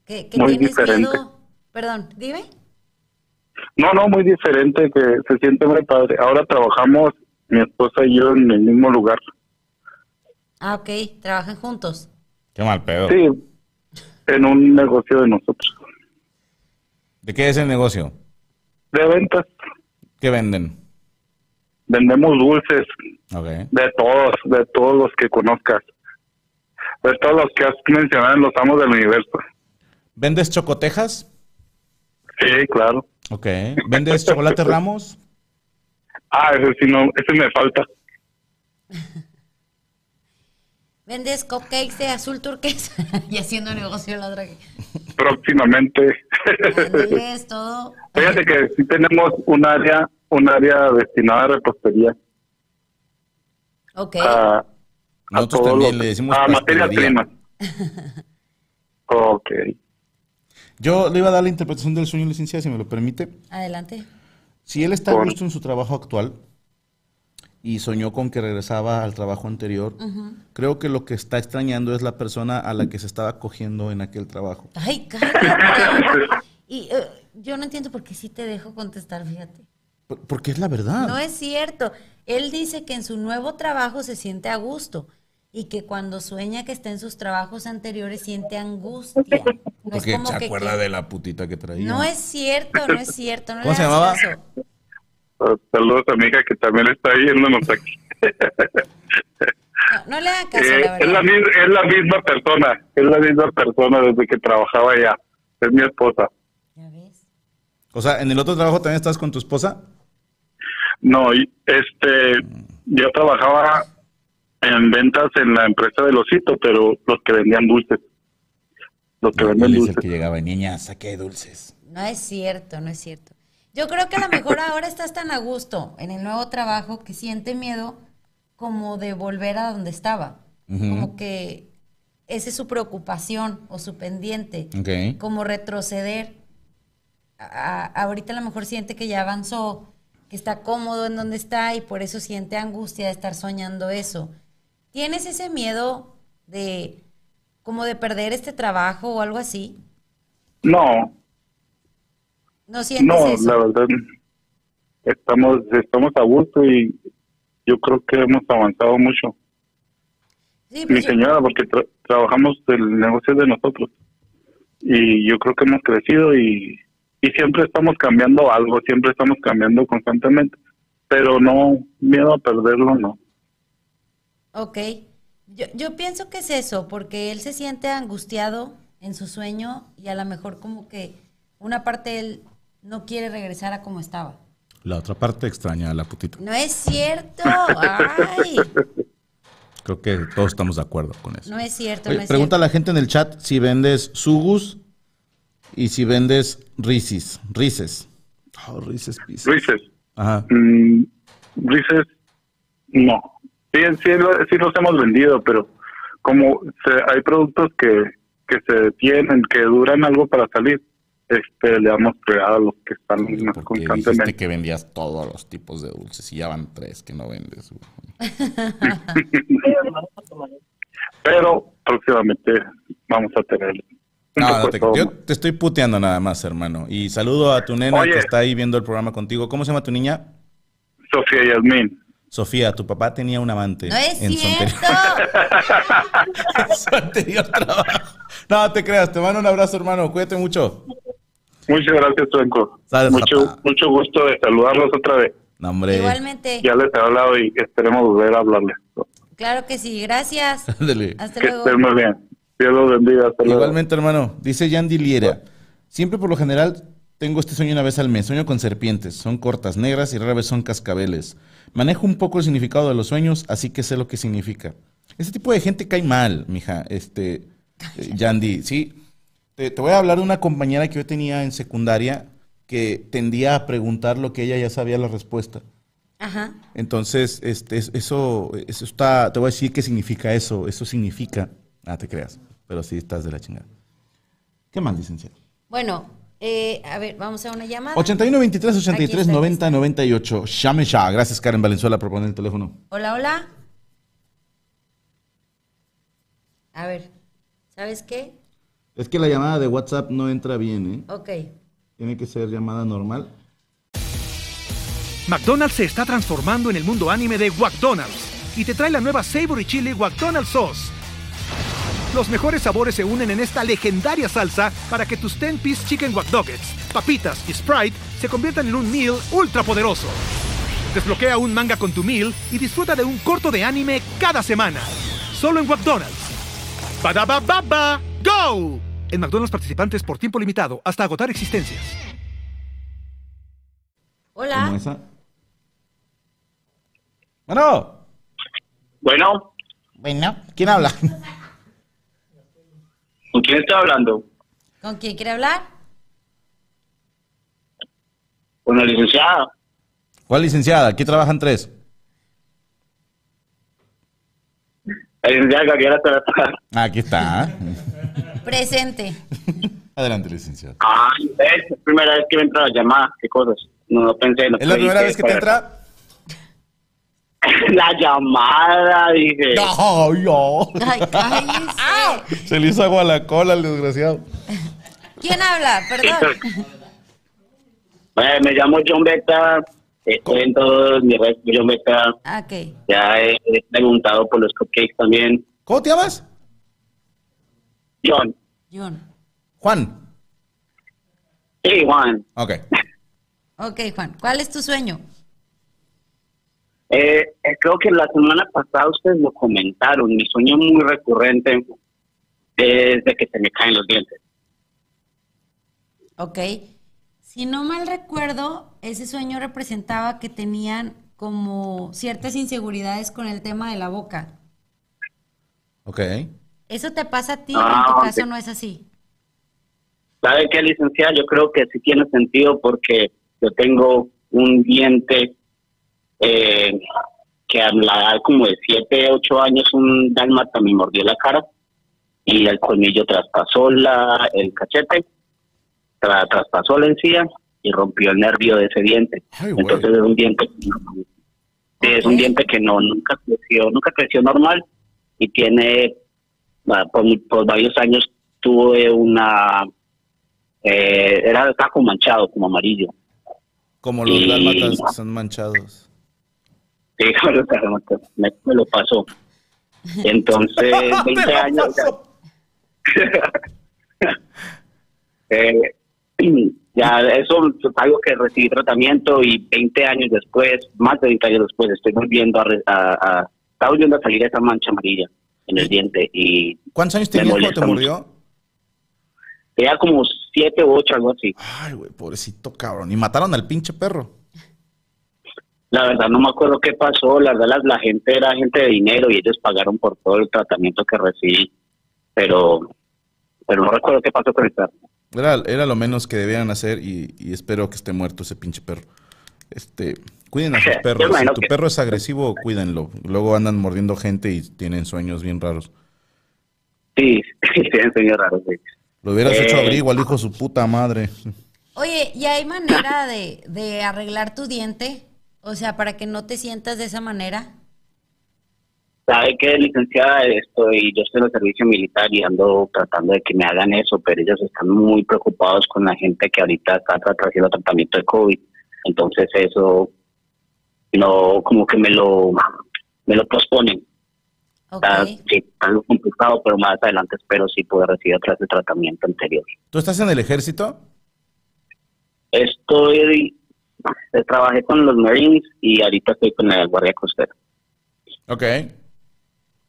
Speaker 2: Que, que
Speaker 4: muy
Speaker 2: tienes
Speaker 4: diferente.
Speaker 2: miedo. Perdón, dime.
Speaker 4: No, no, muy diferente, que se siente muy padre. Ahora trabajamos mi esposa y yo en el mismo lugar.
Speaker 2: Ah, ok. Trabajan juntos.
Speaker 3: Qué mal pedo.
Speaker 4: Sí, en un negocio de nosotros.
Speaker 3: ¿De qué es el negocio?
Speaker 4: De ventas,
Speaker 3: ¿Qué venden?
Speaker 4: vendemos dulces
Speaker 3: Ok.
Speaker 4: de todos, de todos los que conozcas. De todos los que has mencionado en Los Amos del Universo.
Speaker 3: ¿Vendes chocotejas?
Speaker 4: Sí, claro.
Speaker 3: Ok. ¿Vendes chocolate ramos?
Speaker 4: Ah, ese sí no, ese me falta.
Speaker 2: Vendes cupcakes de azul turquesa y haciendo negocio la otra.
Speaker 4: Próximamente.
Speaker 2: Ándeles, todo.
Speaker 4: Fíjate que sí tenemos un área, un área destinada a repostería,
Speaker 2: Ok.
Speaker 4: Ah, a, a
Speaker 3: Nosotros
Speaker 4: todo
Speaker 3: también
Speaker 4: lo-
Speaker 3: le decimos
Speaker 4: a materias
Speaker 3: pastelería.
Speaker 4: primas. okay.
Speaker 3: Yo le iba a dar la interpretación del sueño, licenciada, si me lo permite.
Speaker 2: Adelante.
Speaker 3: Si él está a
Speaker 4: Por-
Speaker 3: gusto en su trabajo actual y soñó con que regresaba al trabajo anterior, creo que lo que está extrañando es la persona a la que se estaba cogiendo en aquel trabajo.
Speaker 2: Ay, cállate. Y eh, yo no entiendo por qué sí te dejo contestar, fíjate.
Speaker 3: Por- Porque es la verdad.
Speaker 2: No es cierto. Él dice que en su nuevo trabajo se siente a gusto. y que cuando sueña que está en sus trabajos anteriores siente angustia. No es
Speaker 3: Porque
Speaker 2: como
Speaker 3: se
Speaker 2: que-
Speaker 3: acuerda
Speaker 2: que-
Speaker 3: de la putita que traía.
Speaker 2: No es cierto, no es cierto. No
Speaker 1: ¿Cómo
Speaker 2: le
Speaker 1: se
Speaker 2: hagas
Speaker 1: llamaba?
Speaker 2: caso.
Speaker 4: Ah, Saludos a mi hija que también está viéndonos aquí.
Speaker 2: No, no le hagas caso,
Speaker 4: Eh,
Speaker 2: la
Speaker 4: es, la,
Speaker 2: verdad.
Speaker 4: mi- es la misma persona, es la misma persona desde que trabajaba allá. Es mi esposa.
Speaker 2: Ya ves.
Speaker 1: O sea, en el otro trabajo también estás con tu esposa.
Speaker 4: No, y- este, yo trabajaba en ventas en la empresa del osito, pero los que vendían dulces. Los que venden
Speaker 3: Él es el que
Speaker 4: dulces.
Speaker 3: llegaba, niña, saqué dulces.
Speaker 2: No es cierto, no es cierto. Yo creo que a lo mejor ahora estás tan a gusto en el nuevo trabajo que siente miedo como de volver a donde estaba.
Speaker 3: Ujú.
Speaker 2: Como que esa es su preocupación o su pendiente.
Speaker 3: Ok.
Speaker 2: Como retroceder. A- a- ahorita a lo mejor siente que ya avanzó, que está cómodo en donde está y por eso siente angustia de estar soñando eso. ¿Tienes ese miedo de como de perder este trabajo o algo así?
Speaker 4: No,
Speaker 2: ¿No sientes
Speaker 4: no,
Speaker 2: eso?
Speaker 4: la verdad, estamos, estamos a gusto y yo creo que hemos avanzado mucho.
Speaker 2: Sí,
Speaker 4: Mi
Speaker 2: pues yo-
Speaker 4: señora, porque tra- trabajamos el negocio de nosotros. Y yo creo que hemos crecido y, y siempre estamos cambiando algo, siempre estamos cambiando constantemente. Pero no, miedo a perderlo, no.
Speaker 2: Ok. Yo, yo pienso que es eso, porque él se siente angustiado en su sueño y a lo mejor como que una parte de él no quiere regresar a como estaba.
Speaker 1: La otra parte extraña a la putita.
Speaker 2: No es cierto. Ay,
Speaker 1: Creo que todos estamos de acuerdo con eso.
Speaker 2: no es cierto,
Speaker 1: Oye,
Speaker 2: no es
Speaker 1: pregunta a
Speaker 2: cierto.
Speaker 1: la gente en el chat si vendes sugus y si vendes risis. Rises. Oh, rises, pizzas.
Speaker 4: Luises,
Speaker 1: Ajá.
Speaker 4: mm, Luises, no. Sí, sí, lo- sí los hemos vendido, pero como se- hay productos que, que se detienen, que duran algo para salir, este, le damos prioridad a los que están más
Speaker 3: Porque dijiste
Speaker 4: constantemente.
Speaker 3: que vendías todos los tipos de dulces y ya van tres que no vendes. güey.
Speaker 4: Pero próximamente vamos a tener.
Speaker 1: No, no,
Speaker 4: Pues,
Speaker 1: Ah, te,
Speaker 4: todo.
Speaker 1: yo te estoy puteando nada más, hermano. Y saludo a tu nena
Speaker 4: Oye.
Speaker 1: que está ahí viendo el programa contigo. ¿Cómo se llama tu niña?
Speaker 4: Sofía Yasmín.
Speaker 1: Sofía, tu papá tenía un amante
Speaker 2: No es
Speaker 1: en su anterior-
Speaker 2: cierto.
Speaker 1: en su anterior trabajo. No te creas, te mando un abrazo, hermano. Cuídate mucho.
Speaker 4: Muchas gracias, Franco.
Speaker 1: Sales,
Speaker 4: Mucho,
Speaker 1: papá.
Speaker 4: mucho gusto de saludarlos otra vez.
Speaker 1: No, hombre.
Speaker 2: Igualmente.
Speaker 4: Ya les he hablado y esperemos volver a hablarles.
Speaker 2: Claro que sí. Gracias.
Speaker 3: Ándale.
Speaker 2: Hasta
Speaker 4: Que
Speaker 2: luego.
Speaker 4: estén muy bien. Dios los bendiga. Hasta luego.
Speaker 1: Igualmente, hermano. Dice Yandy Liera. Siempre por lo general tengo este sueño una vez al mes. Sueño con serpientes. Son cortas, negras y rara vez son cascabeles. Manejo un poco el significado de los sueños, así que sé lo que significa. Este tipo de gente cae mal, mija. Este, eh, Yandy, sí. Te, te voy a hablar de una compañera que yo tenía en secundaria que tendía a preguntar lo que ella ya sabía la respuesta.
Speaker 2: Ajá.
Speaker 1: Entonces, este, es- eso, eso está, te voy a decir qué significa eso. Eso significa, ah, te creas, pero sí estás de la chingada. ¿Qué más, licenciado?
Speaker 2: Bueno, eh, a ver, vamos a una llamada.
Speaker 1: 81 23 83
Speaker 2: Aquí Ah, está,
Speaker 1: 90 98. Llame ya. Gracias, Karen Valenzuela, por poner el teléfono.
Speaker 2: Hola, hola. A ver, ¿sabes qué?
Speaker 1: Es que la llamada de WhatsApp no entra bien, ¿eh?
Speaker 2: Ok.
Speaker 1: Tiene que ser llamada normal.
Speaker 5: McDonald's se está transformando en el mundo anime de McDonald's y te trae la nueva Savory Chili McDonald's Sauce. Los mejores sabores se unen en esta legendaria salsa para que tus 10-piece chicken wack doggets, papitas y Sprite se conviertan en un meal ultra poderoso. Desbloquea un manga con tu meal y disfruta de un corto de anime cada semana. Solo en McDonald's. Badaba baba, go. En McDonald's participantes por tiempo limitado hasta agotar existencias.
Speaker 1: Como
Speaker 2: Hola.
Speaker 1: esa. Bueno,
Speaker 4: Bueno,
Speaker 1: bueno, ¿quién habla?
Speaker 4: ¿con quién estoy hablando?
Speaker 2: ¿Con quién quiere hablar?
Speaker 4: Con la licenciada.
Speaker 1: ¿Cuál licenciada? Aquí trabajan tres.
Speaker 4: La licenciada Gabriela Tarata.
Speaker 1: Aquí está. ¿eh?
Speaker 2: Presente.
Speaker 1: Adelante, licenciado.
Speaker 4: Ah, es la primera vez que me entra la llamada. Qué cosas. No lo pensé.
Speaker 1: ¿Es la primera vez que te entra?
Speaker 4: La llamada, dije.
Speaker 1: No, yo.
Speaker 2: Ay, cállese.
Speaker 1: Se le hizo agua a la cola al desgraciado.
Speaker 2: ¿Quién habla? Perdón.
Speaker 4: me llamo John Beta.
Speaker 6: Estoy en todos mis redes, yo me ca-
Speaker 2: Ah, Ok.
Speaker 6: ya he, he preguntado por los cupcakes también.
Speaker 1: ¿Cómo te llamas?
Speaker 6: John,
Speaker 2: John.
Speaker 1: Juan.
Speaker 6: sí, Juan,
Speaker 1: Ok.
Speaker 2: Ok, Juan. ¿Cuál es tu sueño?
Speaker 6: eh, eh, creo que la semana pasada ustedes lo comentaron, mi sueño muy recurrente es de que se me caen los dientes.
Speaker 2: Ok. Si no mal recuerdo, ese sueño representaba que tenían como ciertas inseguridades con el tema de la boca.
Speaker 1: Ok.
Speaker 2: ¿Eso te pasa a ti
Speaker 6: Ah,
Speaker 2: o en tu
Speaker 6: ok.
Speaker 2: caso no es así?
Speaker 6: ¿Sabe qué, licenciada? Yo creo que sí tiene sentido porque yo tengo un diente eh, que a la edad como de 7, 8 años un dálmata me mordió la cara y el colmillo traspasó la, el cachete, tra- traspasó la encía y rompió el nervio de ese diente.
Speaker 1: Ay, güey.
Speaker 6: Entonces es un diente que no- sí, es un
Speaker 2: Ok.
Speaker 6: diente que no nunca creció, nunca creció normal y tiene va, por, por varios años tuve una eh, era estaba como manchado, como amarillo.
Speaker 1: Como los
Speaker 6: Y-
Speaker 1: dálmatas que son manchados.
Speaker 6: Sí, lo que- lo que- pues, me, me lo pasó. Entonces, 20 años. o sea, eh, ya, eso es algo que recibí tratamiento y 20 años después, más de 20 años después, estoy volviendo a. re- a, a- está volviendo a salir esa mancha amarilla en el diente y
Speaker 1: ¿Cuántos años
Speaker 6: Me
Speaker 1: tenías cuando te
Speaker 6: molesta mucho.
Speaker 1: murió?
Speaker 6: era como 7 u 8, algo así.
Speaker 1: Ay, güey, pobrecito cabrón. Y mataron al pinche perro.
Speaker 6: La verdad no me acuerdo qué pasó, la verdad la, la gente era gente de dinero y ellos pagaron por todo el tratamiento que recibí, pero pero no recuerdo qué pasó con el perro.
Speaker 1: Era, era lo menos que debían hacer y, y espero que esté muerto ese pinche perro. Este, cuiden a sus
Speaker 6: Yo
Speaker 1: perros. Si
Speaker 6: imagino
Speaker 1: tu
Speaker 6: que-
Speaker 1: perro es agresivo, cuídenlo. Luego andan mordiendo gente y tienen sueños bien raros.
Speaker 6: Sí, sí, señor raro, sí.
Speaker 1: Lo hubieras
Speaker 6: Eh.
Speaker 1: hecho abrir, igual dijo su puta madre.
Speaker 2: Oye, ¿y hay manera de, de arreglar tu diente? O sea, para que no te sientas de esa manera.
Speaker 6: ¿Sabe qué, licenciada? Estoy, yo estoy en el servicio militar y ando tratando de que me hagan eso, pero ellos están muy preocupados con la gente que ahorita está trat- haciendo tratamiento de COVID. Entonces eso, no, como que me lo, me lo posponen.
Speaker 2: Ok.
Speaker 6: Está, sí, algo complicado, pero más adelante espero sí poder recibir otra vez el tratamiento anterior.
Speaker 1: ¿Tú estás en el ejército?
Speaker 6: Estoy, eh, trabajé con los Marines y ahorita estoy con la Guardia Costera.
Speaker 1: Ok.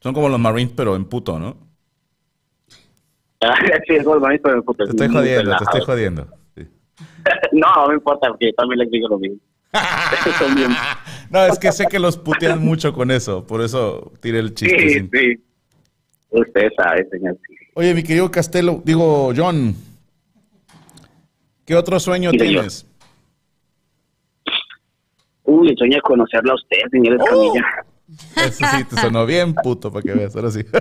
Speaker 1: Son como los Marines, pero en puto, ¿no?
Speaker 6: sí, es los Marines, pero puta,
Speaker 1: Te
Speaker 6: es
Speaker 1: estoy
Speaker 6: muy
Speaker 1: jodiendo, te estoy
Speaker 6: relajado.
Speaker 1: jodiendo. Sí.
Speaker 6: no, no me importa, porque yo también les digo lo mismo. Son bien-
Speaker 1: No, es que sé que los putean mucho con eso, por eso tiré el
Speaker 6: Sí,
Speaker 1: chiste. sin-
Speaker 6: sí. Usted sabe, señor.
Speaker 1: Oye, mi querido Castelo, digo, John, ¿qué otro sueño
Speaker 6: Sí, señor.
Speaker 1: tienes?
Speaker 6: Uy, sueño de conocerla a usted, señor Escamilla.
Speaker 1: Eso sí, te sonó bien puto, para que veas, ahora sí.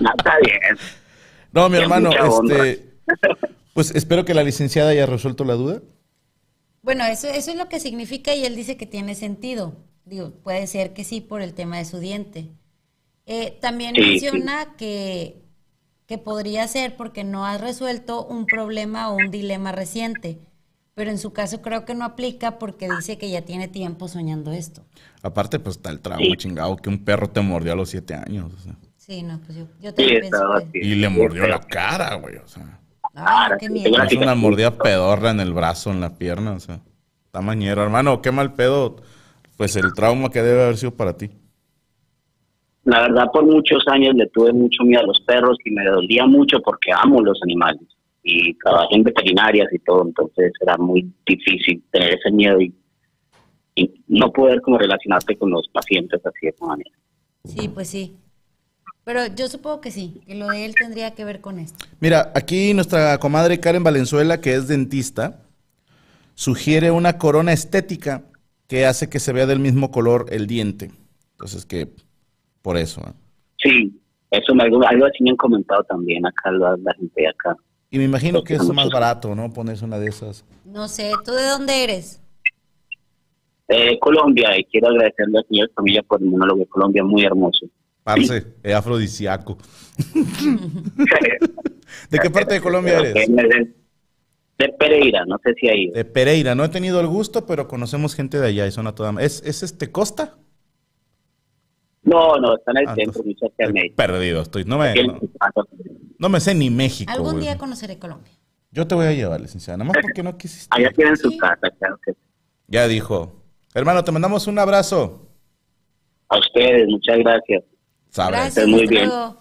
Speaker 6: No, está bien.
Speaker 1: No, mi
Speaker 6: Qué
Speaker 1: hermano,
Speaker 6: mucha honra.
Speaker 1: este, pues espero que la licenciada haya resuelto la duda.
Speaker 2: Bueno, eso, eso es lo que significa y él dice que tiene sentido. Digo, puede ser que sí por el tema de su diente. Eh, también
Speaker 6: Sí, sí.
Speaker 2: menciona Que, que podría ser porque no has resuelto un problema o un dilema reciente, pero en su caso creo que no aplica porque dice que ya tiene tiempo soñando esto.
Speaker 1: Aparte, pues está el trauma
Speaker 6: Sí.
Speaker 1: chingado que un perro te mordió a los siete años. o sea,
Speaker 2: Sí, no, pues yo, yo
Speaker 6: Sí,
Speaker 2: también pienso
Speaker 6: estaba
Speaker 2: que...
Speaker 6: así.
Speaker 1: y le mordió
Speaker 6: Sí,
Speaker 1: la cara, güey, o sea.
Speaker 2: Ay, no, Ah, qué
Speaker 6: sí,
Speaker 2: miedo.
Speaker 6: tengo la
Speaker 1: Es una
Speaker 6: cicatriz.
Speaker 1: mordida pedorra en el brazo, en la pierna, o sea. Está mañero, hermano, qué mal pedo. Pues el trauma que debe haber sido para ti.
Speaker 6: La verdad, por muchos años le tuve mucho miedo a los perros y me dolía mucho porque amo los animales. Y trabajé en veterinarias y todo, entonces era muy difícil tener ese miedo y, y no poder como relacionarte con los pacientes así de esa manera.
Speaker 2: Sí, pues sí. Pero yo supongo que sí, que lo de él tendría que ver con esto.
Speaker 1: Mira, aquí nuestra comadre Karen Valenzuela, que es dentista, sugiere una corona estética que hace que se vea del mismo color el diente. Entonces, que por eso. ¿eh?
Speaker 6: Sí, eso me, algo, algo así me han comentado también acá la, la gente de acá.
Speaker 1: Y me imagino que es más barato, ¿no? Ponerse una de esas.
Speaker 2: No sé, ¿tú de dónde eres?
Speaker 6: Eh, Colombia, y quiero agradecerle al señor Camilla por el monólogo de Colombia, muy hermoso.
Speaker 1: Parce, es afrodisíaco. ¿De qué parte de Colombia eres?
Speaker 6: Pero que me den- de Pereira, no sé si ahí.
Speaker 1: De Pereira, no he tenido el gusto, pero conocemos gente de allá y son a toda. ma- ¿Es, es este Costa?
Speaker 6: No, no, está en el
Speaker 1: Ah,
Speaker 6: centro,
Speaker 1: entonces,
Speaker 6: muchacha
Speaker 1: estoy
Speaker 6: México.
Speaker 1: Perdido, estoy. No me, no, no me sé ni México.
Speaker 2: Algún
Speaker 1: güey.
Speaker 2: día conoceré Colombia.
Speaker 1: Yo te voy a llevar, licenciada. Nada más porque no quisiste.
Speaker 6: Allá tienen su casa, claro que sí.
Speaker 1: Ya dijo. Hermano, te mandamos un abrazo.
Speaker 6: A ustedes, muchas gracias.
Speaker 1: Sabrás.
Speaker 2: Gracias,
Speaker 6: muy
Speaker 2: hasta
Speaker 6: bien.
Speaker 2: luego.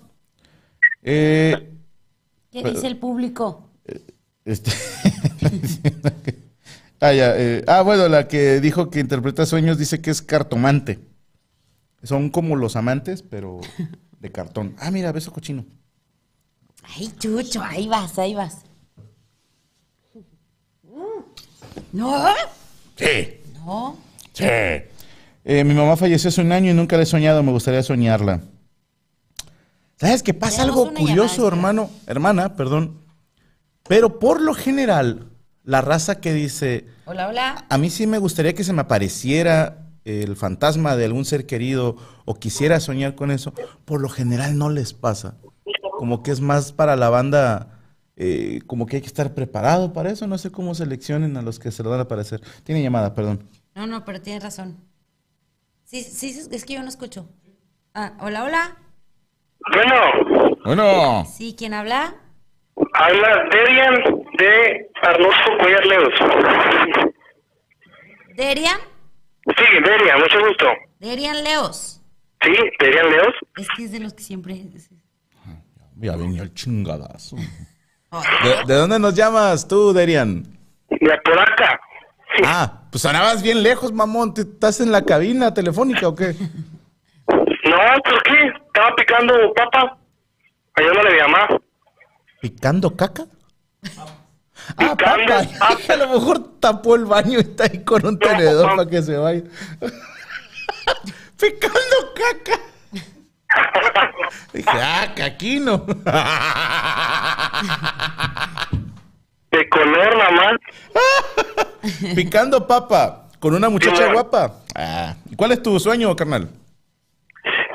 Speaker 1: Eh,
Speaker 2: ¿Qué dice el público?
Speaker 1: este, ah, ya, eh, ah, bueno, la que dijo que interpreta sueños dice que es cartomante. Son como los amantes, pero de cartón. Ah, mira, beso cochino.
Speaker 2: Ay, Chucho, ahí vas, ahí vas. No,
Speaker 1: Sí,
Speaker 2: no.
Speaker 1: sí. Eh, mi mamá falleció hace un año y nunca la he soñado. Me gustaría soñarla. ¿Sabes qué pasa?
Speaker 2: Tenemos
Speaker 1: Algo
Speaker 2: una llamada,
Speaker 1: curioso,
Speaker 2: espera.
Speaker 1: hermano, hermana, perdón. Pero por lo general, la raza que dice,
Speaker 2: Hola, hola.
Speaker 1: A mí sí me gustaría que se me apareciera el fantasma de algún ser querido o quisiera soñar con eso. Por lo general no les pasa. Como que es más para la banda, eh, como que hay que estar preparado para eso. No sé cómo seleccionen a los que se les van a aparecer. Tiene llamada, perdón.
Speaker 2: No, no, pero tienes razón. Sí, sí, es que yo no escucho. Ah, hola, hola.
Speaker 7: Bueno,
Speaker 8: Bueno,
Speaker 2: Sí, ¿quién habla?
Speaker 7: habla Derian de Arnulfo Cuellar Leos.
Speaker 2: Derian.
Speaker 7: Sí, Derian, mucho gusto.
Speaker 2: Derian Leos.
Speaker 7: Sí, Derian Leos.
Speaker 2: Es que es de los que siempre...
Speaker 1: Ya venía el chingadazo.
Speaker 2: Ay,
Speaker 1: ¿De, de dónde nos llamas tú, Derian?
Speaker 7: De Apodaca.
Speaker 1: Ah, pues sonabas bien lejos, mamón. ¿Te- ¿Estás en la cabina telefónica o qué?
Speaker 7: No, ¿por qué? Estaba picando papa. Ayúdame a mi mamá.
Speaker 1: ¿Picando caca? Ah,
Speaker 7: Picando
Speaker 1: papa. A lo mejor tapó el baño y está ahí con un tenedor para que se vaya. Picando caca. Dije, ah, caquino.
Speaker 7: De color, mamá.
Speaker 1: Picando papa con una muchacha
Speaker 7: Sí.
Speaker 1: guapa. Ah, ¿y ¿Cuál es tu sueño, carnal?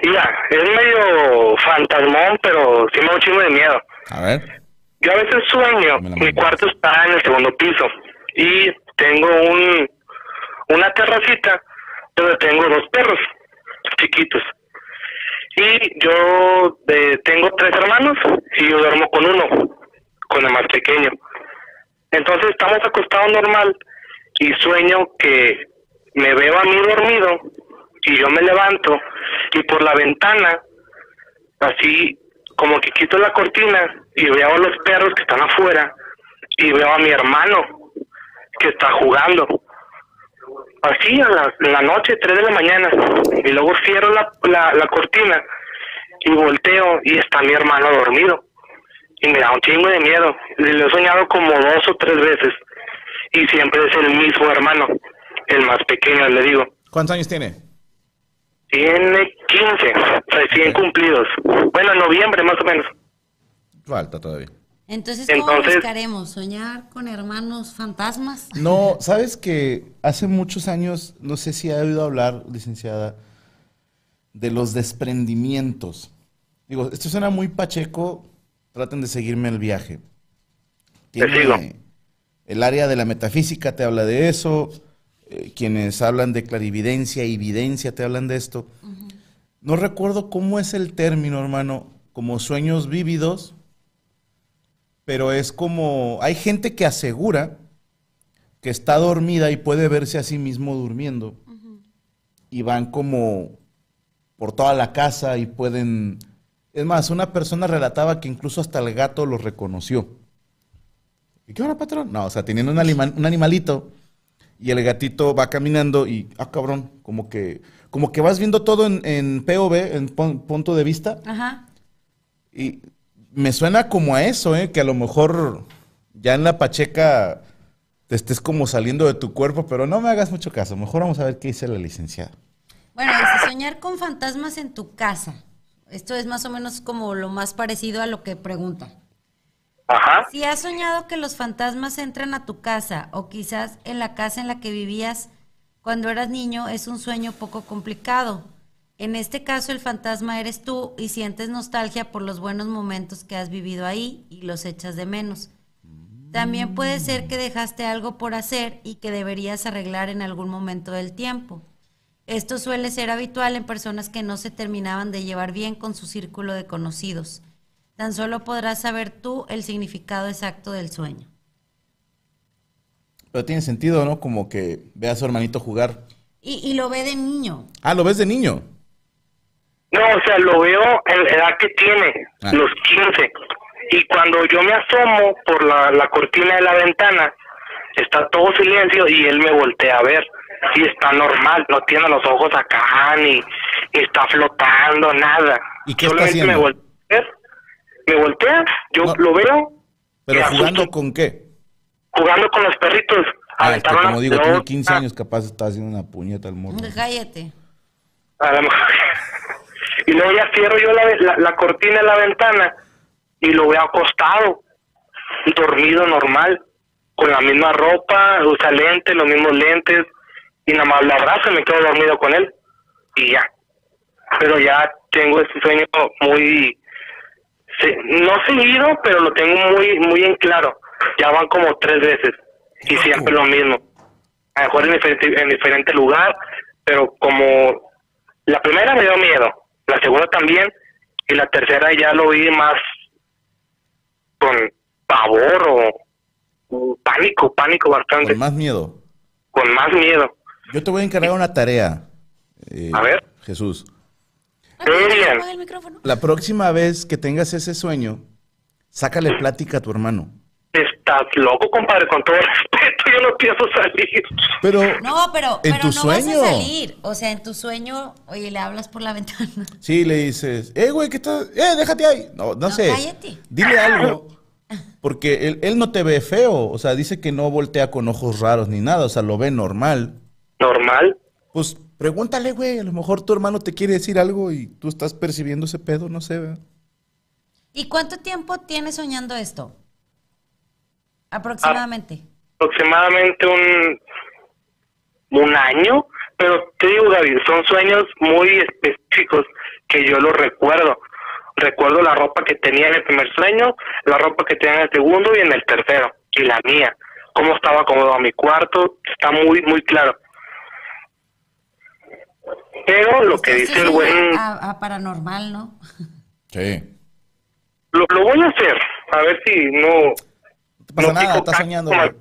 Speaker 7: Mira, es medio fantasmón, pero sí me da un chingo de miedo.
Speaker 8: a ver.
Speaker 7: Yo a veces sueño,
Speaker 8: Me la
Speaker 7: mi
Speaker 8: mandas.
Speaker 7: cuarto está en el segundo piso y tengo un una terracita donde tengo dos perros chiquitos. Y yo eh, tengo tres hermanos y yo duermo con uno, con el más pequeño. Entonces estamos acostados normal y sueño que me veo a mí dormido y yo me levanto y por la ventana así como que quito la cortina y veo a los perros que están afuera y veo a mi hermano que está jugando. Así a la, en la noche, 3 de la mañana. Y luego cierro la, la, la cortina y volteo y está mi hermano dormido. Y me da un chingo de miedo. Y lo he soñado como dos o tres veces. Y siempre es el mismo hermano, el más pequeño, le digo.
Speaker 1: ¿Cuántos años tiene?
Speaker 7: Tiene 15, recién cumplidos. Bueno, en noviembre más o menos.
Speaker 1: Falta todavía.
Speaker 2: Entonces, ¿cómo
Speaker 7: Entonces-
Speaker 2: buscaremos? ¿Soñar con hermanos fantasmas?
Speaker 1: No, sabes que hace muchos años, no sé si ha oído hablar, licenciada, de los desprendimientos. Digo, esto suena muy pacheco, traten de seguirme el viaje.
Speaker 7: Te sigo.
Speaker 1: el área de la metafísica te habla de eso, eh, quienes hablan de clarividencia y videncia te hablan de esto. No recuerdo cómo es el término, hermano, como sueños vívidos, pero es como, hay gente que asegura que está dormida y puede verse a sí mismo durmiendo. Y van como por toda la casa y pueden... Es más, una persona relataba que incluso hasta el gato lo reconoció. ¿Y qué hora, patrón? No, o sea, teniendo un, alima- un animalito y el gatito va caminando y, ah, cabrón, como que, como que vas viendo todo en, en POV, en pon- punto de vista,
Speaker 2: Ajá.
Speaker 1: y me suena como a eso, ¿eh? Que a lo mejor ya en la pacheca te estés como saliendo de tu cuerpo, pero no me hagas mucho caso. Mejor vamos a ver qué dice la licenciada.
Speaker 2: Bueno, dice, soñar con fantasmas en tu casa. Esto es más o menos como lo más parecido a lo que pregunta.
Speaker 7: Ajá.
Speaker 2: Si has soñado que los fantasmas entran a tu casa o quizás en la casa en la que vivías cuando eras niño, es un sueño poco complicado. En este caso el fantasma eres tú y sientes nostalgia por los buenos momentos que has vivido ahí y los echas de menos. También puede ser que dejaste algo por hacer y que deberías arreglar en algún momento del tiempo. Esto suele ser habitual en personas que no se terminaban de llevar bien con su círculo de conocidos. Tan solo podrás saber tú el significado exacto del sueño.
Speaker 1: Pero tiene sentido, ¿no? Como que ve a su hermanito jugar.
Speaker 2: Y, y lo ve de niño.
Speaker 1: Ah, ¿lo ves de niño?
Speaker 7: No, o sea, lo veo en la edad que tiene,
Speaker 1: Ah.
Speaker 7: los 15. Y cuando yo me asomo por la, la cortina de la ventana, está todo silencio y él me voltea a ver. Y está normal, no tiene los ojos acá ni, ni está flotando, nada.
Speaker 1: Ah, ¿Y qué está
Speaker 7: Solamente
Speaker 1: haciendo?
Speaker 7: me voltea, me voltea, yo
Speaker 1: No.
Speaker 7: lo veo
Speaker 1: ¿Pero
Speaker 7: Me
Speaker 1: jugando
Speaker 7: asusto.
Speaker 1: con qué?
Speaker 7: jugando con los perritos.
Speaker 1: Ah, es que
Speaker 7: aventaron
Speaker 1: como
Speaker 7: la
Speaker 1: digo, tiene
Speaker 7: pelota.
Speaker 1: 15 años, capaz está haciendo una puñeta al morro.
Speaker 2: Cállate.
Speaker 7: A lo mejor. Y luego ya cierro yo la, ve- la, la cortina de la ventana y lo veo acostado, dormido normal, con la misma ropa, usa lentes, los mismos lentes, y nada más lo abrazo y me quedo dormido con él. Y ya. Pero ya tengo este sueño muy. se- no seguido, pero lo tengo muy, muy en claro. Ya van como tres veces. Y siempre lo mismo. A lo mejor en diferente, en diferente lugar, pero como la primera me dio miedo, la segunda también, y la tercera ya lo vi más con pavor o, o pánico, pánico bastante,
Speaker 1: Con más miedo.
Speaker 7: con más miedo.
Speaker 1: Yo te voy a encargar una tarea. eh,
Speaker 7: A ver.
Speaker 1: Jesús.
Speaker 7: Bien,
Speaker 2: Apaga el micrófono.
Speaker 1: La próxima vez que tengas ese sueño, sácale plática a tu hermano.
Speaker 7: estás loco, compadre, con todo respeto, yo no pienso salir.
Speaker 1: Pero
Speaker 2: No, pero,
Speaker 1: ¿En
Speaker 2: pero
Speaker 1: tu
Speaker 2: no
Speaker 1: sueño?
Speaker 2: vas a salir. O sea, en tu sueño, oye, le hablas por la ventana.
Speaker 1: sí le dices, eh, güey, ¿qué estás? Eh, déjate ahí. No, no,
Speaker 2: No,
Speaker 1: sé.
Speaker 2: cállate.
Speaker 1: Dile algo. Porque él, él no te ve feo. O sea, dice que no voltea con ojos raros ni nada. O sea, lo ve normal.
Speaker 7: Normal,
Speaker 1: Pues pregúntale, güey. A lo mejor tu hermano te quiere decir algo y tú estás percibiendo ese pedo, no sé. ¿verdad?
Speaker 2: ¿Y cuánto tiempo tienes soñando esto?
Speaker 7: Ah,
Speaker 2: Aproximadamente.
Speaker 7: aproximadamente un un año, pero te digo, Gaby, son sueños muy específicos que yo los recuerdo. Recuerdo la ropa que tenía en el primer sueño, la ropa que tenía en el segundo y en el tercero, y la mía. Cómo estaba acomodado mi cuarto, está muy, muy claro. Pero lo que
Speaker 2: Entonces,
Speaker 7: dice el
Speaker 2: sí,
Speaker 7: buen...
Speaker 2: a- a paranormal, ¿no?
Speaker 5: Sí.
Speaker 7: Lo, lo voy a hacer, a ver si no...
Speaker 1: No te pasa
Speaker 7: no
Speaker 1: nada,
Speaker 7: pico
Speaker 1: estás
Speaker 7: ca-
Speaker 1: soñando.
Speaker 7: como-
Speaker 1: güey.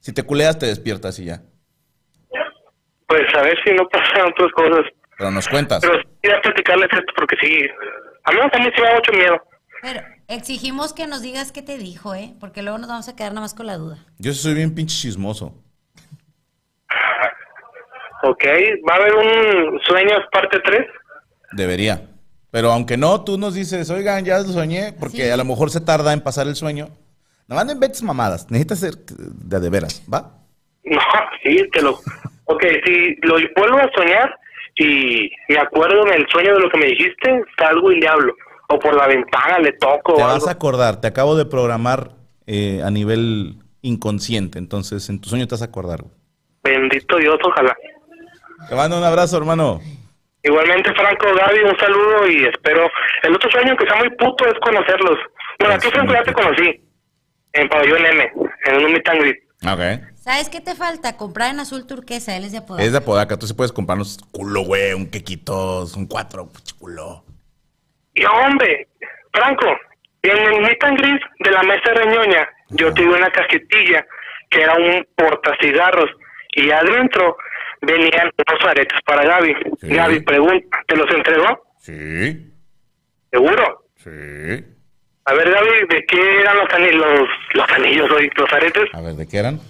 Speaker 1: Si te culeas, te despiertas y ya.
Speaker 7: Pues a ver si no pasan otras cosas.
Speaker 5: Pero nos cuentas.
Speaker 7: Pero sí, ya platicarles esto porque sí. A mí también se me da mucho miedo.
Speaker 2: Pero exigimos que nos digas qué te dijo, ¿eh? Porque luego nos vamos a quedar nada más con la duda.
Speaker 1: Yo soy bien pinche chismoso.
Speaker 7: Ok, va a haber un Sueños parte 3.
Speaker 1: Debería. Pero aunque no, tú nos dices, oigan, ya lo soñé, porque
Speaker 2: Sí.
Speaker 1: a lo mejor se tarda en pasar el sueño. No manden betas mamadas. Necesitas ser de, a de veras, ¿va?
Speaker 7: No, sí, te lo. Ok, si lo vuelvo a soñar y me acuerdo en el sueño de lo que me dijiste, salgo y le hablo. O por la ventana le toco
Speaker 1: Te
Speaker 7: o
Speaker 1: vas
Speaker 7: algo.
Speaker 1: a acordar. Te acabo de programar eh, a nivel inconsciente. Entonces, en tu sueño te vas a acordar. güey.
Speaker 7: Bendito Dios, ojalá.
Speaker 1: Te mando un abrazo, hermano.
Speaker 7: Igualmente, Franco, Gaby, un saludo y espero. El otro sueño que está muy puto es conocerlos. Bueno,
Speaker 1: Ah,
Speaker 7: a ti,
Speaker 1: sí,
Speaker 7: Franco, ya te
Speaker 1: puto.
Speaker 7: conocí. En Pabellón M, en un meet and greet.
Speaker 5: Ok.
Speaker 2: ¿Sabes qué te falta? Comprar en azul turquesa, él es de Apodaca.
Speaker 5: Es de Apodaca. Tú sí puedes comprarnos culo, güey, un quequitos, un cuatro, puch, culo.
Speaker 7: Y hombre, Franco, en el meet and greet de la mesa de Reñoña, yo tuve una cajetilla que era un portacigarros y adentro venían unos aretes para Gaby.
Speaker 5: Sí.
Speaker 7: Gaby pregunta, ¿te los entregó?
Speaker 5: Sí,
Speaker 7: Seguro.
Speaker 5: sí.
Speaker 7: A ver, Gaby, ¿de qué eran los anillos? Los, los anillos, hoy, los aretes.
Speaker 5: A ver, ¿de qué eran?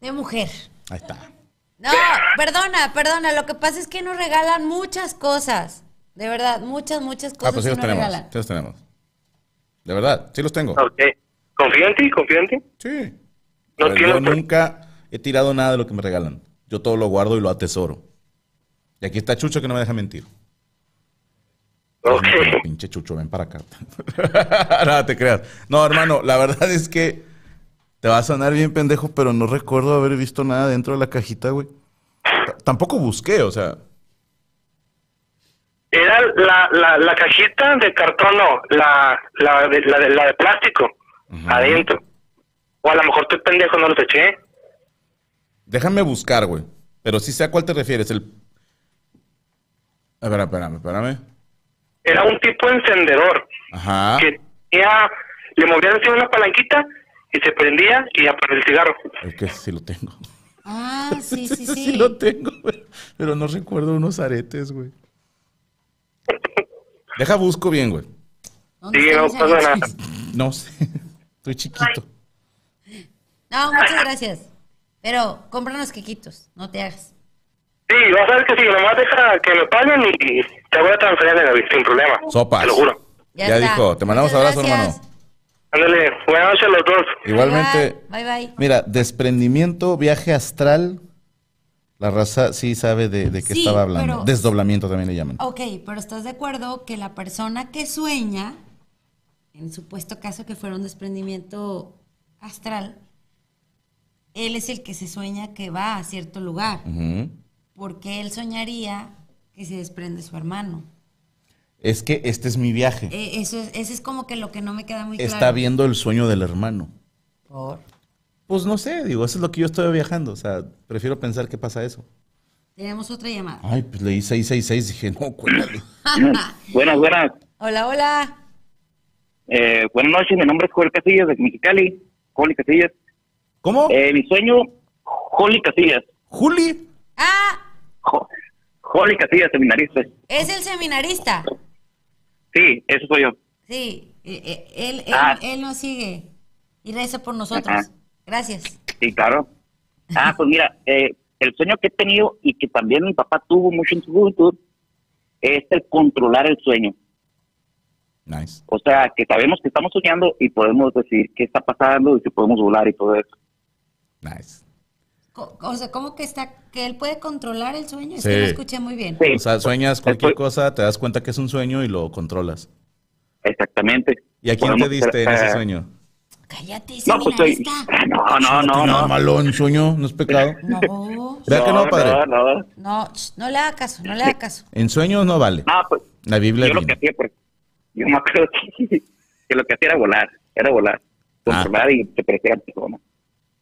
Speaker 2: De mujer.
Speaker 5: Ahí está.
Speaker 2: No, perdona, perdona. Lo que pasa es que nos regalan muchas cosas. De verdad, muchas, muchas
Speaker 5: Ah,
Speaker 2: cosas
Speaker 5: pues sí
Speaker 2: que
Speaker 5: los
Speaker 2: nos
Speaker 5: tenemos.
Speaker 2: regalan.
Speaker 5: Sí los tenemos. De verdad, sí los tengo.
Speaker 7: Ok. ¿Confía en ti? ¿Confía en ti?
Speaker 5: Sí.
Speaker 7: No
Speaker 5: Pero yo
Speaker 7: tiene-
Speaker 5: nunca he tirado nada de lo que me regalan. Yo todo lo guardo y lo atesoro.
Speaker 1: Y aquí está Chucho que no me deja mentir.
Speaker 7: Ok.
Speaker 5: Pinche chucho, ven para acá.
Speaker 1: Nada, te creas. No, hermano, la verdad es que te va a sonar bien pendejo, pero no recuerdo haber visto nada dentro de la cajita, güey. T- tampoco busqué, o sea.
Speaker 7: Era la, la, la cajita de cartón, no, la, la, de, la, de, la de plástico, adentro. O a lo mejor estoy pendejo, no los eché.
Speaker 1: Déjame buscar, güey. Pero sí sé a cuál te refieres. El... A ver, espérame, espérame.
Speaker 7: Era un tipo de encendedor
Speaker 1: Ajá.
Speaker 7: que tenía- le movían encima una palanquita y se prendía y apagaba el cigarro.
Speaker 1: Es que sí lo tengo.
Speaker 2: Ah, sí, sí, sí.
Speaker 1: lo tengo, güey. Pero no recuerdo unos aretes, güey. Deja busco bien, güey.
Speaker 2: ¿Dónde
Speaker 7: Sí,
Speaker 2: están
Speaker 7: no
Speaker 2: los
Speaker 7: pasa nada.
Speaker 2: aretes?
Speaker 1: No sé. Estoy chiquito.
Speaker 2: No, muchas gracias. Pero cómpranos quequitos, no te hagas.
Speaker 7: Sí, vas a ver que sí, nomás deja que me paguen y te voy a transferir David, sin problema.
Speaker 1: Sopas.
Speaker 7: Te lo juro.
Speaker 2: Ya,
Speaker 1: Ya
Speaker 2: está.
Speaker 1: dijo, te mandamos
Speaker 2: Muchas
Speaker 1: abrazo,
Speaker 2: gracias.
Speaker 1: hermano.
Speaker 7: Ándale, buenas noches a los dos.
Speaker 1: Igualmente,
Speaker 2: Bye, bye. bye.
Speaker 1: mira, desprendimiento, viaje astral. La raza sí sabe de, de qué
Speaker 2: Sí,
Speaker 1: estaba hablando.
Speaker 2: pero-
Speaker 1: Desdoblamiento también le llaman.
Speaker 2: Ok, pero ¿estás de acuerdo que la persona que sueña, en supuesto caso que fuera un desprendimiento astral, él es el que se sueña que va a cierto lugar?
Speaker 1: Ujú.
Speaker 2: Porque él soñaría que se desprende su hermano.
Speaker 1: Es que este es mi viaje.
Speaker 2: Eh, eso es, ese es como que lo que no me queda muy
Speaker 1: Está
Speaker 2: claro.
Speaker 1: viendo el sueño del hermano.
Speaker 2: Por-
Speaker 1: Pues no sé, digo, eso es lo que yo estoy viajando. O sea, prefiero pensar que pasa eso.
Speaker 2: Tenemos otra llamada.
Speaker 1: Ay, pues leí 666, dije, no, cuéntale.
Speaker 6: Buenas, buenas.
Speaker 2: hola, hola.
Speaker 6: Eh, buenas noches, mi nombre es Joel Casillas de Mexicali. Joli Casillas.
Speaker 1: ¿Cómo?
Speaker 6: Eh, mi sueño, Joli Casillas.
Speaker 1: ¿Juli?
Speaker 2: Ah,
Speaker 6: Jo- Joli Casillas, seminarista.
Speaker 4: pues.
Speaker 2: es el seminarista.
Speaker 6: Sí, eso soy yo.
Speaker 2: Sí, eh, eh, él, él,
Speaker 6: Ah.
Speaker 2: él nos sigue y reza por nosotros.
Speaker 6: Ajá.
Speaker 2: Gracias.
Speaker 6: Sí, claro. Ah, pues mira, eh, el sueño que he tenido y que también mi papá tuvo mucho en su juventud es el controlar el sueño.
Speaker 1: Nice.
Speaker 6: O sea, que sabemos que estamos soñando y podemos decir qué está pasando y si podemos volar y todo eso.
Speaker 1: Nice.
Speaker 2: Co- O sea, ¿cómo que está? ¿Que él puede controlar el sueño? Es
Speaker 1: Sí.
Speaker 2: que no escuché muy bien.
Speaker 6: Sí,
Speaker 1: O sea, sueñas cualquier
Speaker 6: Estoy-
Speaker 1: cosa, te das cuenta que es un sueño y lo controlas.
Speaker 6: Exactamente.
Speaker 1: ¿Y a quién te
Speaker 6: Podemos-
Speaker 1: diste en
Speaker 6: eh,
Speaker 1: ese sueño?
Speaker 2: Cállate,
Speaker 6: No, pues soy...
Speaker 2: seminarista.
Speaker 6: No, no, no,
Speaker 1: Nada
Speaker 6: no.
Speaker 1: malón, sueño, no es pecado.
Speaker 2: No,
Speaker 1: ¿Verdad que no, padre?
Speaker 6: No, no.
Speaker 2: no, ch, no le haga caso, no le haga caso.
Speaker 1: En sueños no vale.
Speaker 6: Ah, pues
Speaker 1: La Biblia
Speaker 6: yo lo que
Speaker 1: viene.
Speaker 6: hacía, pues, yo me acuerdo que, que lo que hacía era volar, era volar,
Speaker 1: Ah.
Speaker 6: controlar y te parecía persona.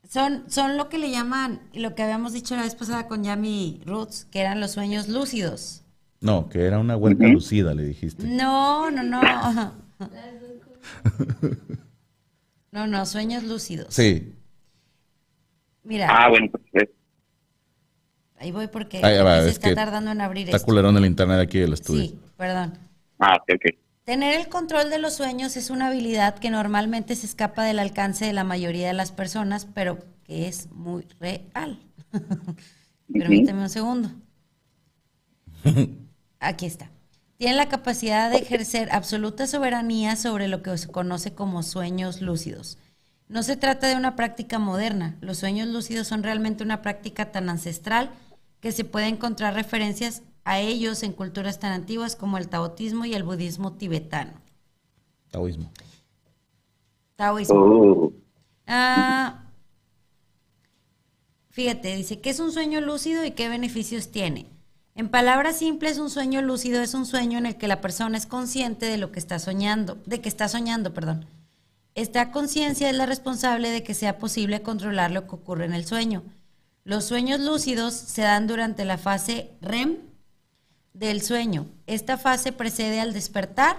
Speaker 2: Son, son lo que le llaman, lo que habíamos dicho la vez pasada con Yami Roots, que eran los sueños lúcidos.
Speaker 1: No, que era una huerca lucida, le dijiste.
Speaker 2: No, no, no. No, no, sueños lúcidos.
Speaker 1: Sí.
Speaker 2: Mira,
Speaker 6: Ah, bueno, pues es-
Speaker 2: ahí voy porque
Speaker 1: Ahí va,
Speaker 2: se
Speaker 1: es
Speaker 2: está
Speaker 1: que
Speaker 2: tardando en abrir
Speaker 1: Está
Speaker 2: esto.
Speaker 1: culerón el internet aquí del estudio.
Speaker 2: Sí, perdón.
Speaker 6: ah, ok, ok.
Speaker 2: Tener el control de los sueños es una habilidad que normalmente se escapa del alcance de la mayoría de las personas, pero que es muy real. Permíteme un segundo. Aquí está. Tiene la capacidad de ejercer absoluta soberanía sobre lo que se conoce como sueños lúcidos. No se trata de una práctica moderna. Los sueños lúcidos son realmente una práctica tan ancestral que se puede encontrar referencias a ellos en culturas tan antiguas como el taotismo y el budismo tibetano.
Speaker 1: Taoísmo.
Speaker 2: Taoísmo.
Speaker 6: Oh,
Speaker 2: Ah, fíjate, dice, ¿qué es un sueño lúcido y qué beneficios tiene? En palabras simples, un sueño lúcido es un sueño en el que la persona es consciente de lo que está soñando, de que está soñando, perdón. Esta conciencia es la responsable de que sea posible controlar lo que ocurre en el sueño. Los sueños lúcidos se dan durante la fase REM del sueño. Esta fase precede al despertar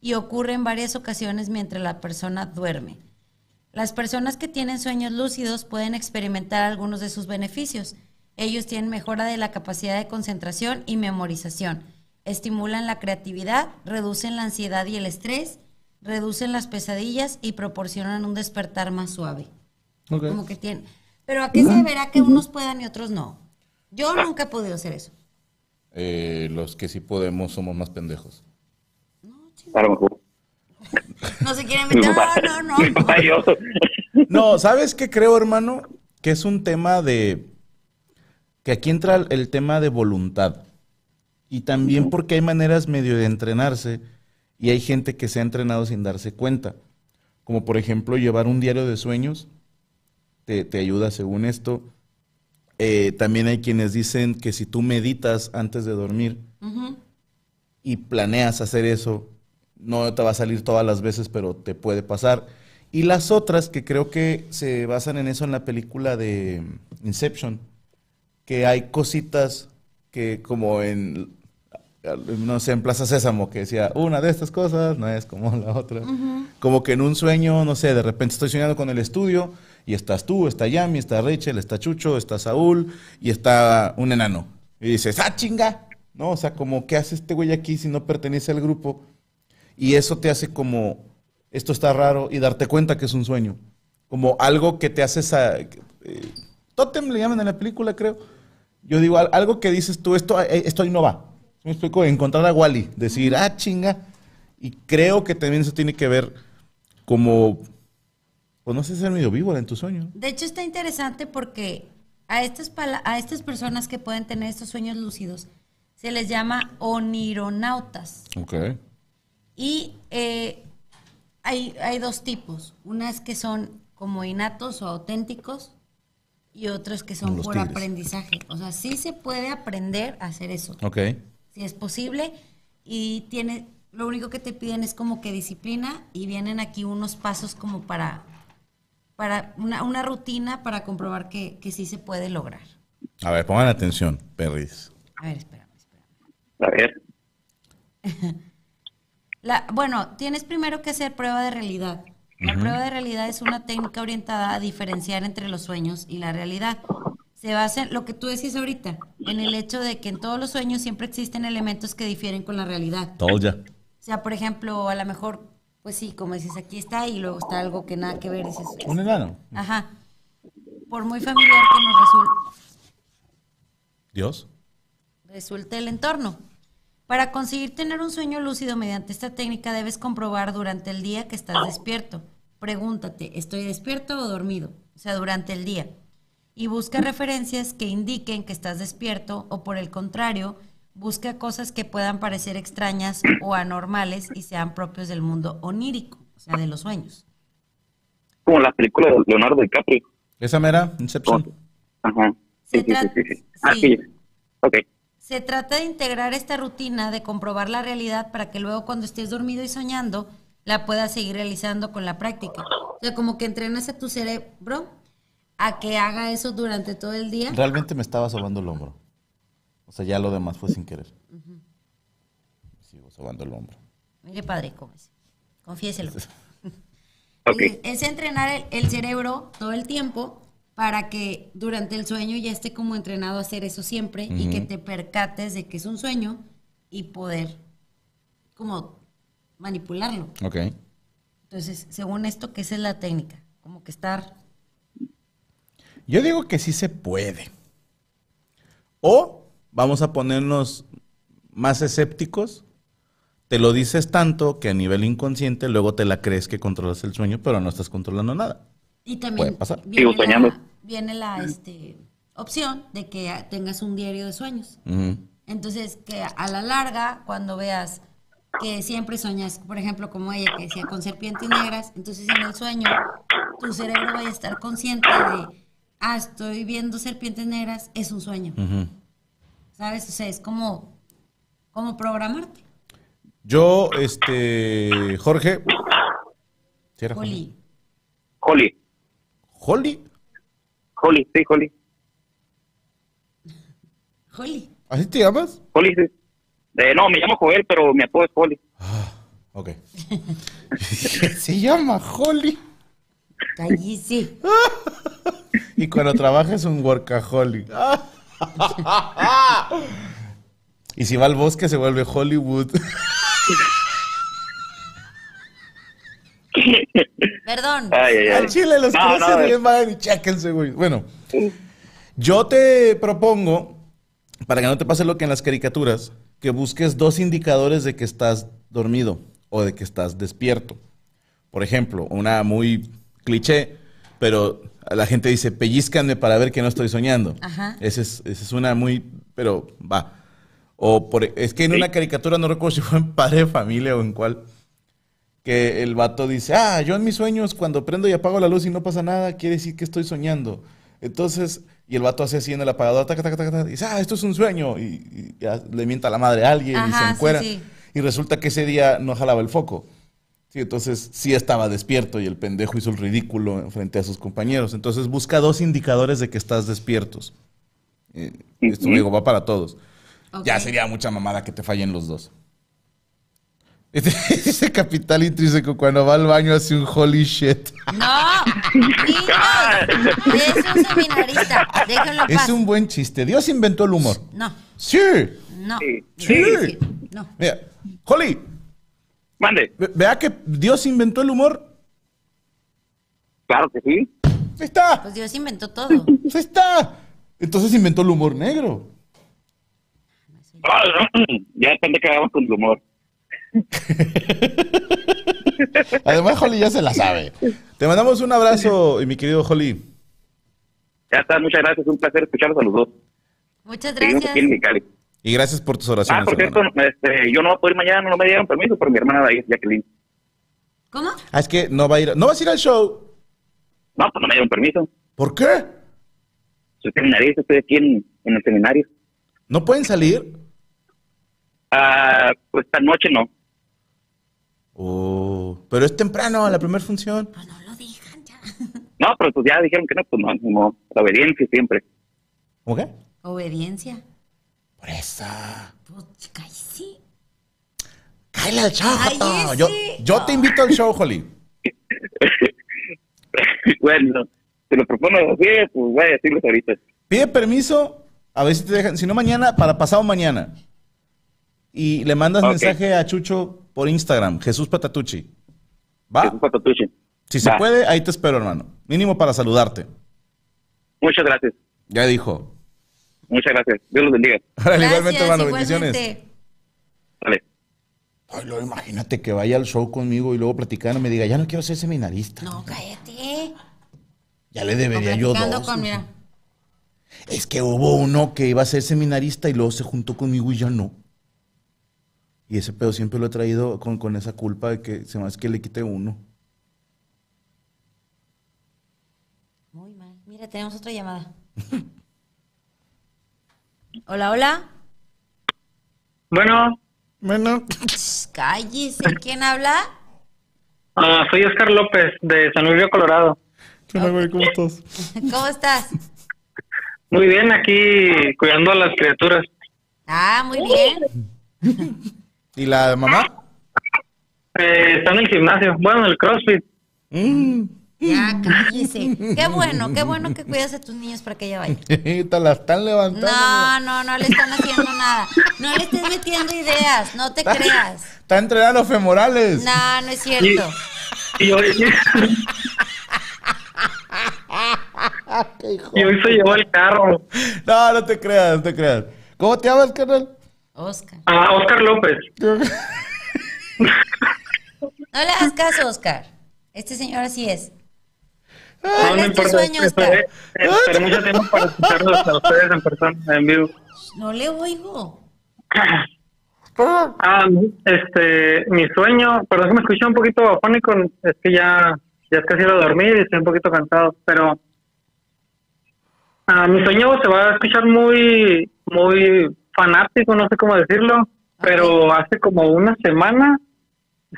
Speaker 2: y ocurre en varias ocasiones mientras la persona duerme. Las personas que tienen sueños lúcidos pueden experimentar algunos de sus beneficios. Ellos tienen mejora de la capacidad de concentración y memorización, estimulan la creatividad, reducen la ansiedad y el estrés, reducen las pesadillas y proporcionan un despertar más suave.
Speaker 1: Ok.
Speaker 2: Como que tienen. Pero ¿a qué se verá que unos puedan y otros no? Yo
Speaker 1: Ah.
Speaker 2: nunca he podido hacer eso.
Speaker 1: Eh, los que sí podemos somos más pendejos.
Speaker 6: a lo mejor.
Speaker 2: No se quieren
Speaker 6: Mi
Speaker 2: meter.
Speaker 6: papá,
Speaker 2: No, no,
Speaker 6: mi
Speaker 2: no.
Speaker 6: papá y yo.
Speaker 1: No, ¿sabes qué creo, hermano? Que es un tema de... Que aquí entra el tema de voluntad. Y también porque hay maneras medio de entrenarse y hay gente que se ha entrenado sin darse cuenta. Como por ejemplo llevar un diario de sueños te, te ayuda según esto. Eh, también hay quienes dicen que si tú meditas antes de dormir
Speaker 2: Ujú.
Speaker 1: y planeas hacer eso, no te va a salir todas las veces, pero te puede pasar. Y las otras que creo que se basan en eso en la película de Inception, que hay cositas que como en, no sé, en Plaza Sésamo, que decía, una de estas cosas no es como la otra.
Speaker 2: Ujú.
Speaker 1: Como que en un sueño, no sé, de repente estoy soñando con el estudio y estás tú, está Yami, está Rachel, está Chucho, está Saúl y está un enano. Y dices, ¡ah, chinga! No, o sea, como, ¿qué hace este güey aquí si no pertenece al grupo? Y eso te hace como, esto está raro y darte cuenta que es un sueño. Como algo que te hace... Esa, eh, tótem le llaman en la película, creo. Yo digo, al- algo que dices tú, esto, eh, esto ahí no va. Me explico, encontrar a Wally, decir, ah, chinga. Y creo que también eso tiene que ver como, pues no sé, ser medio víbora en tu sueño.
Speaker 2: De hecho, está interesante porque a estas, pala- a estas personas que pueden tener estos sueños lúcidos se les llama onironautas.
Speaker 1: Ok.
Speaker 2: Y eh, hay, hay dos tipos. Unas que son como innatos o auténticos y otras que son
Speaker 1: Los
Speaker 2: por
Speaker 1: tigres.
Speaker 2: aprendizaje. O sea, sí se puede aprender a hacer eso,
Speaker 1: Ok.
Speaker 2: si es posible. Y tiene, lo único que te piden es como que disciplina y vienen aquí unos pasos como para, para una, una rutina para comprobar que, que sí se puede lograr.
Speaker 1: A ver, pongan atención, perris.
Speaker 2: A ver, espérame, espérame.
Speaker 4: A ver.
Speaker 2: La- bueno, tienes primero que hacer prueba de realidad. La prueba de realidad es una técnica orientada a diferenciar entre los sueños y la realidad. Se basa en lo que tú decías ahorita, en el hecho de que en todos los sueños siempre existen elementos que difieren con la realidad.
Speaker 1: Todo ya.
Speaker 2: O sea, por ejemplo, a lo mejor, pues sí, como dices, aquí está y luego está algo que nada que ver, dices,
Speaker 1: Un enano.
Speaker 2: ajá. Por muy familiar que nos resulte.
Speaker 1: Dios.
Speaker 2: resulta el entorno. Para conseguir tener un sueño lúcido mediante esta técnica debes comprobar durante el día que estás despierto. Pregúntate, ¿estoy despierto o dormido? O sea, durante el día. Y busca referencias que indiquen que estás despierto o por el contrario, busca cosas que puedan parecer extrañas o anormales y sean propios del mundo onírico, o sea, de los sueños.
Speaker 4: Como la película de Leonardo DiCaprio.
Speaker 1: Esa mera, Inception.
Speaker 4: Ajá.
Speaker 2: Se
Speaker 4: Sí, sí, sí,
Speaker 2: trata-
Speaker 4: sí, sí. Ah,
Speaker 2: sí.
Speaker 4: sí. Ok.
Speaker 2: Se trata de integrar esta rutina, de comprobar la realidad para que luego cuando estés dormido y soñando, la puedas seguir realizando con la práctica. O sea, como que entrenas a tu cerebro a que haga eso durante todo el día.
Speaker 1: Realmente me estaba sobando el hombro. O sea, ya lo demás fue sin querer. Sigo sobando el hombro.
Speaker 2: Mire, padre, ¿cómo es? Confiéselo.
Speaker 4: Ok.
Speaker 2: Es- Es entrenar el, el cerebro todo el tiempo para que durante el sueño ya esté como entrenado a hacer eso siempre y que te percates de que es un sueño y poder como manipularlo.
Speaker 1: Ok.
Speaker 2: Entonces, según esto, que esa es la técnica, como que estar...
Speaker 1: Yo digo que sí se puede. O vamos a ponernos más escépticos. Te lo dices tanto que a nivel inconsciente luego te la crees que controlas el sueño, pero no estás controlando nada.
Speaker 2: Y también
Speaker 1: Puede pasar.
Speaker 2: viene
Speaker 4: Sigo soñando.
Speaker 2: la, viene la este, opción de que ah, tengas un diario de sueños. Entonces, que a la larga, cuando veas que siempre soñas, por ejemplo, como ella que decía, con serpientes negras, entonces en el sueño tu cerebro va a estar consciente de, ah, estoy viendo serpientes negras, es un sueño.
Speaker 1: Ujú.
Speaker 2: ¿Sabes? O sea, es como, como programarte.
Speaker 1: Yo, este, Jorge. ¿Sí era
Speaker 2: Juli.
Speaker 4: Holly.
Speaker 1: Jorge? ¿Holly?
Speaker 4: Holly, sí, Holly.
Speaker 2: Juli.
Speaker 1: ¿Así te llamas?
Speaker 4: Holly, sí. Eh, no, me llamo Joel, pero mi apodo es Holly.
Speaker 1: Ok. Se llama Holly.
Speaker 2: Allí sí.
Speaker 1: Y cuando trabaja es un workaholic. y si va al bosque se vuelve Hollywood.
Speaker 2: Perdón.
Speaker 4: Ay, ay, ay.
Speaker 1: Al chile los
Speaker 4: No,
Speaker 1: que no
Speaker 4: no,
Speaker 1: se
Speaker 4: es-
Speaker 1: ríen, vayan y chéquense, güey. Bueno, yo te propongo, para que no te pase lo que en las caricaturas, que busques dos indicadores de que estás dormido o de que estás despierto. Por ejemplo, una muy cliché, pero la gente dice, pellizcanme para ver que no estoy soñando.
Speaker 2: Ajá.
Speaker 1: Esa es, esa es una muy, pero va. O por, es que en una caricatura, no recuerdo si fue en Padre de Familia o en cuál, que el vato dice, ah, yo en mis sueños cuando prendo y apago la luz y no pasa nada, quiere decir que estoy soñando. Entonces, y el vato hace así en el apagador, taca, taca, taca, taca, y dice, ah, esto es un sueño. Y, y ya le mienta la madre a alguien y
Speaker 2: Ajá,
Speaker 1: se
Speaker 2: sí,
Speaker 1: encuera.
Speaker 2: sí.
Speaker 1: Y resulta que ese día no jalaba el foco. Sí, Sí, entonces sí estaba despierto y el pendejo hizo el ridículo frente a sus compañeros. Entonces busca dos indicadores de que estás despiertos. Eh, esto digo, va para todos.
Speaker 2: Ok.
Speaker 1: Ya sería mucha mamada que te fallen los dos. Dice capital intrínseco cuando va al baño hace un holy shit.
Speaker 2: No, niños, es un seminarista. Déjenlo en
Speaker 1: Es
Speaker 2: paz.
Speaker 1: un buen chiste. Dios inventó el humor.
Speaker 2: No,
Speaker 1: Sí.
Speaker 2: no.
Speaker 4: Sí.
Speaker 1: Sí.
Speaker 2: No.
Speaker 1: Mira, Holly,
Speaker 4: Mande.
Speaker 1: ve- vea que Dios inventó el humor.
Speaker 4: Claro que sí.
Speaker 1: Ahí está,
Speaker 2: Pues Dios inventó todo.
Speaker 1: ahí está. Entonces inventó el humor negro.
Speaker 4: Ah, ya depende que hagamos con el humor.
Speaker 1: Además, Holly ya se la sabe. Te mandamos un abrazo, y mi querido Holly.
Speaker 4: Ya está, muchas gracias. Un placer escucharlos a los dos.
Speaker 2: Muchas
Speaker 4: Seguimos
Speaker 2: gracias.
Speaker 4: aquí en Mexicali.
Speaker 1: Y gracias por tus
Speaker 4: Ah,
Speaker 1: oraciones.
Speaker 4: por cierto,
Speaker 1: hermano.
Speaker 4: este, yo no voy a poder ir mañana, no me dieron permiso, pero mi hermana ahí es Jacqueline.
Speaker 2: ¿Cómo?
Speaker 1: Ah, es que no va a ir, no vas a ir al show.
Speaker 4: No, pues no me dieron permiso.
Speaker 1: ¿Por qué?
Speaker 4: Soy seminarista, estoy aquí en, en el seminario.
Speaker 1: No pueden salir.
Speaker 4: Ah, pues esta noche no.
Speaker 1: Oh, pero es temprano, la primera función.
Speaker 2: Pues no lo digan ya.
Speaker 4: No, pero pues ya dijeron que no, pues no, no. La obediencia siempre.
Speaker 1: ¿Cómo qué?
Speaker 2: Obediencia.
Speaker 1: Por eso.
Speaker 2: Pues ay, sí.
Speaker 1: Cállate al show,
Speaker 2: Ay,
Speaker 1: Joto.
Speaker 2: ese.
Speaker 1: Ah, Yo, yo te invito al show, Holly.
Speaker 4: bueno, te lo propongo así, pues voy a decirles ahorita.
Speaker 1: Pide permiso, a ver si te dejan, si no mañana, para pasado mañana. Y le mandas
Speaker 4: Ok.
Speaker 1: mensaje a Chucho por Instagram, Jesús Patatucci. ¿Va?
Speaker 4: Jesús Patatucci.
Speaker 1: Si se
Speaker 4: Va.
Speaker 1: puede, ahí te espero, hermano. Mínimo para saludarte.
Speaker 4: Muchas gracias,
Speaker 1: Ya dijo.
Speaker 4: muchas gracias. Dios los bendiga.
Speaker 1: Órale, igualmente,
Speaker 2: Gracias,
Speaker 1: hermano, bendiciones.
Speaker 2: igualmente.
Speaker 4: Vale.
Speaker 1: Ay, luego imagínate que vaya al show conmigo y luego platicando me diga, ya no quiero ser seminarista.
Speaker 2: No, cállate.
Speaker 1: Ya le debería
Speaker 2: O
Speaker 1: yo
Speaker 2: platicando
Speaker 1: dos.
Speaker 2: con- mira.
Speaker 1: Es que hubo uno que iba a ser seminarista y luego se juntó conmigo y ya no. Y ese pedo siempre lo he traído con, con esa culpa de que se me hace que le quite uno.
Speaker 2: Muy mal. Mira, tenemos otra llamada. Hola, hola.
Speaker 9: Bueno,
Speaker 1: Bueno.
Speaker 2: Ch, Cállese. ¿Quién habla?
Speaker 9: ah, soy Oscar López de San Luis Río Colorado.
Speaker 1: ¿Qué onda, güey? ¿Cómo estás?
Speaker 2: ¿Cómo estás?
Speaker 9: Muy bien, aquí cuidando a las criaturas.
Speaker 2: Ah, muy bien.
Speaker 1: ¿Y la mamá?
Speaker 9: Eh, está en el gimnasio, bueno, en el CrossFit.
Speaker 1: Mm.
Speaker 2: Ya, cállese. Qué bueno, qué bueno que cuidas a tus niños para que ella vaya.
Speaker 1: Te la están levantando.
Speaker 2: No, no, no le están haciendo nada. No le estés metiendo ideas, no te creas.
Speaker 1: Está entrenando femorales.
Speaker 2: No, no es cierto.
Speaker 9: Y hoy, y hoy se llevó el carro
Speaker 1: No, no te creas, no te creas. ¿Cómo te llamas, carnal?
Speaker 2: Oscar.
Speaker 9: a Ah, Oscar López.
Speaker 2: No le hagas caso, Oscar. Este señor así es.
Speaker 1: Ah,
Speaker 2: ¿Cuál
Speaker 9: No,
Speaker 2: Este
Speaker 9: no
Speaker 2: es tu
Speaker 9: importa,
Speaker 2: sueño,
Speaker 9: esperé,
Speaker 2: Oscar?
Speaker 9: esperé mucho tiempo para escucharlos a ustedes en persona, en vivo.
Speaker 2: No le oigo.
Speaker 9: Ah, este, mi sueño, perdón que me escuché un poquito afónico, es que ya, ya es casi hora de dormir y estoy un poquito cansado, pero ah, mi sueño se va a escuchar muy, muy fanático, no sé cómo decirlo, pero hace como una semana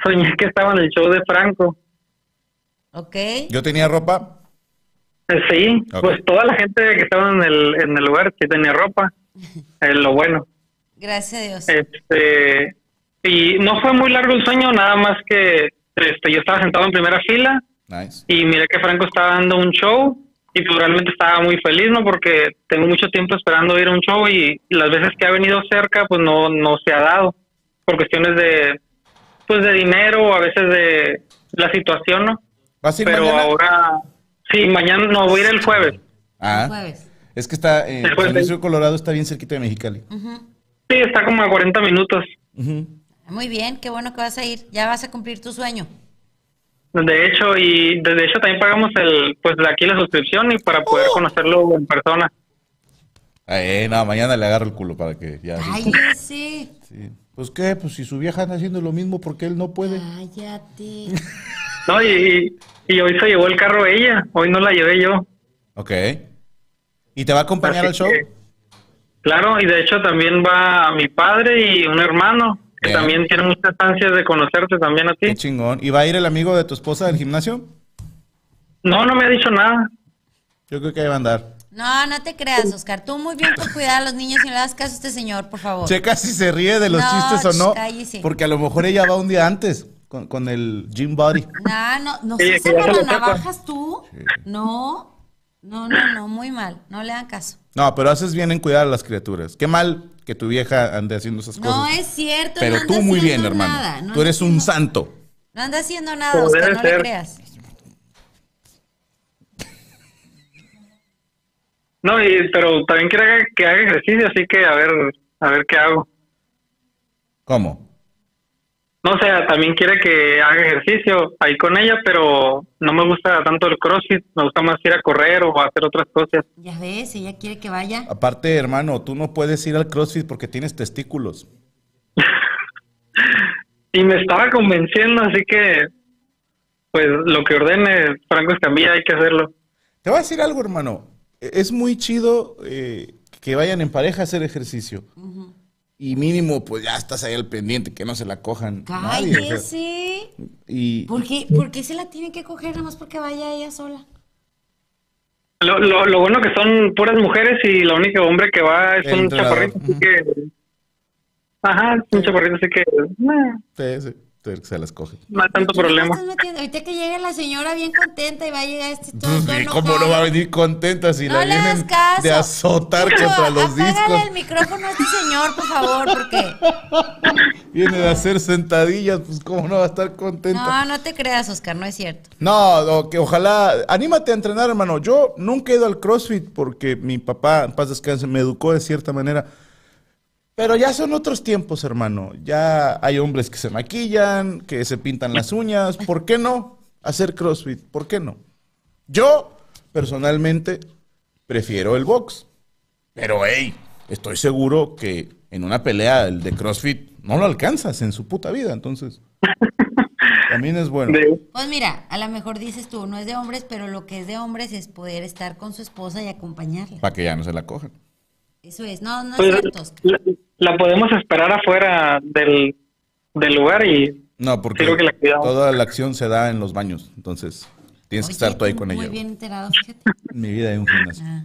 Speaker 9: soñé que estaba en el show de Franco.
Speaker 2: ¿Ok?
Speaker 1: Yo tenía ropa.
Speaker 9: Eh, sí,
Speaker 1: Ok.
Speaker 9: pues toda la gente que estaba en el, en el lugar que tenía ropa, es lo bueno.
Speaker 2: Gracias a Dios.
Speaker 9: Este, y no fue muy largo el sueño, nada más que este, yo estaba sentado en primera fila
Speaker 1: Nice.
Speaker 9: y miré que Franco estaba dando un show y pues realmente estaba muy feliz, ¿no? Porque tengo mucho tiempo esperando ir a un show y las veces que ha venido cerca pues no, no se ha dado por cuestiones de, pues de dinero o a veces de la situación, ¿no?
Speaker 1: ¿Vas a ir
Speaker 9: Pero
Speaker 1: mañana?
Speaker 9: ahora, sí, mañana, no, voy a ir el jueves.
Speaker 1: Ah,
Speaker 2: Jueves.
Speaker 1: es que está en
Speaker 9: El jueves.
Speaker 1: San Luis Río Colorado, está bien cerquita de Mexicali.
Speaker 9: Sí, está como a 40 minutos.
Speaker 1: Ujú.
Speaker 2: Muy bien, qué bueno que vas a ir. Ya vas a cumplir tu sueño.
Speaker 9: De hecho, y de de hecho también pagamos el, pues de aquí la suscripción y para
Speaker 1: ¡Oh!
Speaker 9: poder conocerlo en persona.
Speaker 1: Eh, no, mañana le agarro el culo para que ya.
Speaker 2: Cállese.
Speaker 1: Sí. Pues qué, pues si su vieja anda haciendo lo mismo porque él no puede.
Speaker 2: Ah, Cállate.
Speaker 9: No, y, y- y hoy se llevó el carro ella, hoy no la llevé yo.
Speaker 1: Ok. ¿Y te va a acompañar
Speaker 9: Así
Speaker 1: al show?
Speaker 9: que, claro, y de hecho también va mi padre y un hermano. que también tiene muchas ansias de conocerte también a ti.
Speaker 1: Qué chingón. ¿Y va a ir el amigo de tu esposa del gimnasio?
Speaker 9: No, no me ha dicho nada.
Speaker 1: Yo creo que ahí va a andar.
Speaker 2: No, no te creas, Oscar. Tú muy bien por cuidar a los niños y no le das caso a este señor, por favor.
Speaker 1: Checa si se ríe de los
Speaker 2: No,
Speaker 1: chistes o
Speaker 2: ch-
Speaker 1: no.
Speaker 2: cállese.
Speaker 1: Porque a lo mejor ella va un día antes con, con el gym body.
Speaker 2: No, no, no
Speaker 9: Oye,
Speaker 2: se
Speaker 9: que ya se lo sepa.
Speaker 2: navajas tú. No, no, no, no, muy mal. No le dan caso.
Speaker 1: No, pero haces bien en cuidar a las criaturas. Qué mal que tu vieja ande haciendo esas cosas.
Speaker 2: No es cierto.
Speaker 1: pero
Speaker 2: no anda
Speaker 1: tú muy bien,
Speaker 2: haciendo
Speaker 1: hermano.
Speaker 2: nada, no
Speaker 1: tú
Speaker 2: anda
Speaker 1: eres un
Speaker 2: haciendo-
Speaker 1: santo.
Speaker 2: No anda haciendo
Speaker 9: Como
Speaker 2: nada, Oscar,
Speaker 9: debe
Speaker 2: no le
Speaker 9: ser.
Speaker 2: creas.
Speaker 9: No, y, pero también quiero que haga, que haga ejercicio, así que a ver, a ver qué hago.
Speaker 1: ¿Cómo?
Speaker 9: No, o sea, también quiere que haga ejercicio ahí con ella, pero no me gusta tanto el crossfit, me gusta más ir a correr o hacer otras cosas.
Speaker 2: Ya ves, ella quiere que vaya.
Speaker 1: Aparte, hermano, tú no puedes ir al CrossFit porque tienes testículos.
Speaker 9: Y me estaba convenciendo, así que, pues lo que ordene Franco Escamilla hay que hacerlo.
Speaker 1: Te voy a decir algo, hermano. E- Es muy chido eh, que vayan en pareja a hacer ejercicio. Y mínimo, pues ya estás ahí al pendiente, que no se la cojan. nadie, o sea,
Speaker 2: Cállese.
Speaker 1: y
Speaker 2: ¿Por qué, por qué se la tiene que coger nada más porque vaya ella sola?
Speaker 9: Lo, lo, lo bueno que son puras mujeres y la única hombre que va es
Speaker 1: El
Speaker 9: un
Speaker 1: entrenador.
Speaker 9: chaparrito, así que... Ajá, es un chaparrito, así que... eh,
Speaker 1: te- se, te- se las coge.
Speaker 9: no hay tanto
Speaker 2: ¿Qué le
Speaker 9: problema.
Speaker 2: estás metiendo? Ahorita que llegue la señora bien contenta y va a llegar este todo, todo
Speaker 1: Pues, ¿Y ¿Cómo no
Speaker 2: enojado.
Speaker 1: va a venir contenta si
Speaker 2: No
Speaker 1: la
Speaker 2: le hagas
Speaker 1: vienen
Speaker 2: caso.
Speaker 1: de azotar
Speaker 2: Chico,
Speaker 1: contra los
Speaker 2: apágale
Speaker 1: discos?
Speaker 2: el micrófono a este señor, por favor, porque...
Speaker 1: Viene de hacer sentadillas, pues cómo no va a estar contenta.
Speaker 2: No, no te creas, Oscar, no es cierto.
Speaker 1: No, no, que ojalá, anímate a entrenar, hermano. Yo nunca he ido al CrossFit porque mi papá, en paz descanse, me educó de cierta manera. Pero ya son otros tiempos, hermano. Ya hay hombres que se maquillan, que se pintan las uñas. ¿Por qué no hacer CrossFit? ¿Por qué no? Yo, personalmente, prefiero el box. Pero, hey, estoy seguro que en una pelea el de CrossFit no lo alcanzas en su puta vida. Entonces, también es bueno.
Speaker 9: De-
Speaker 2: Pues mira, a lo mejor dices tú, no es de hombres, pero lo que es de hombres es poder estar con su esposa y acompañarla.
Speaker 1: Para que ya no se la cojan.
Speaker 2: Eso es. No, no es
Speaker 9: Pues,
Speaker 2: cierto, Oscar.
Speaker 9: la, la podemos esperar afuera del, del lugar y
Speaker 1: No, porque
Speaker 9: Creo que la cuidamos.
Speaker 1: toda la acción se da en los baños. Entonces, tienes que
Speaker 2: Oye,
Speaker 1: estar tú ahí con
Speaker 2: muy
Speaker 1: ella. güey.
Speaker 2: bien enterado, fíjate.
Speaker 1: Mi vida en un gimnasio.
Speaker 2: Ah.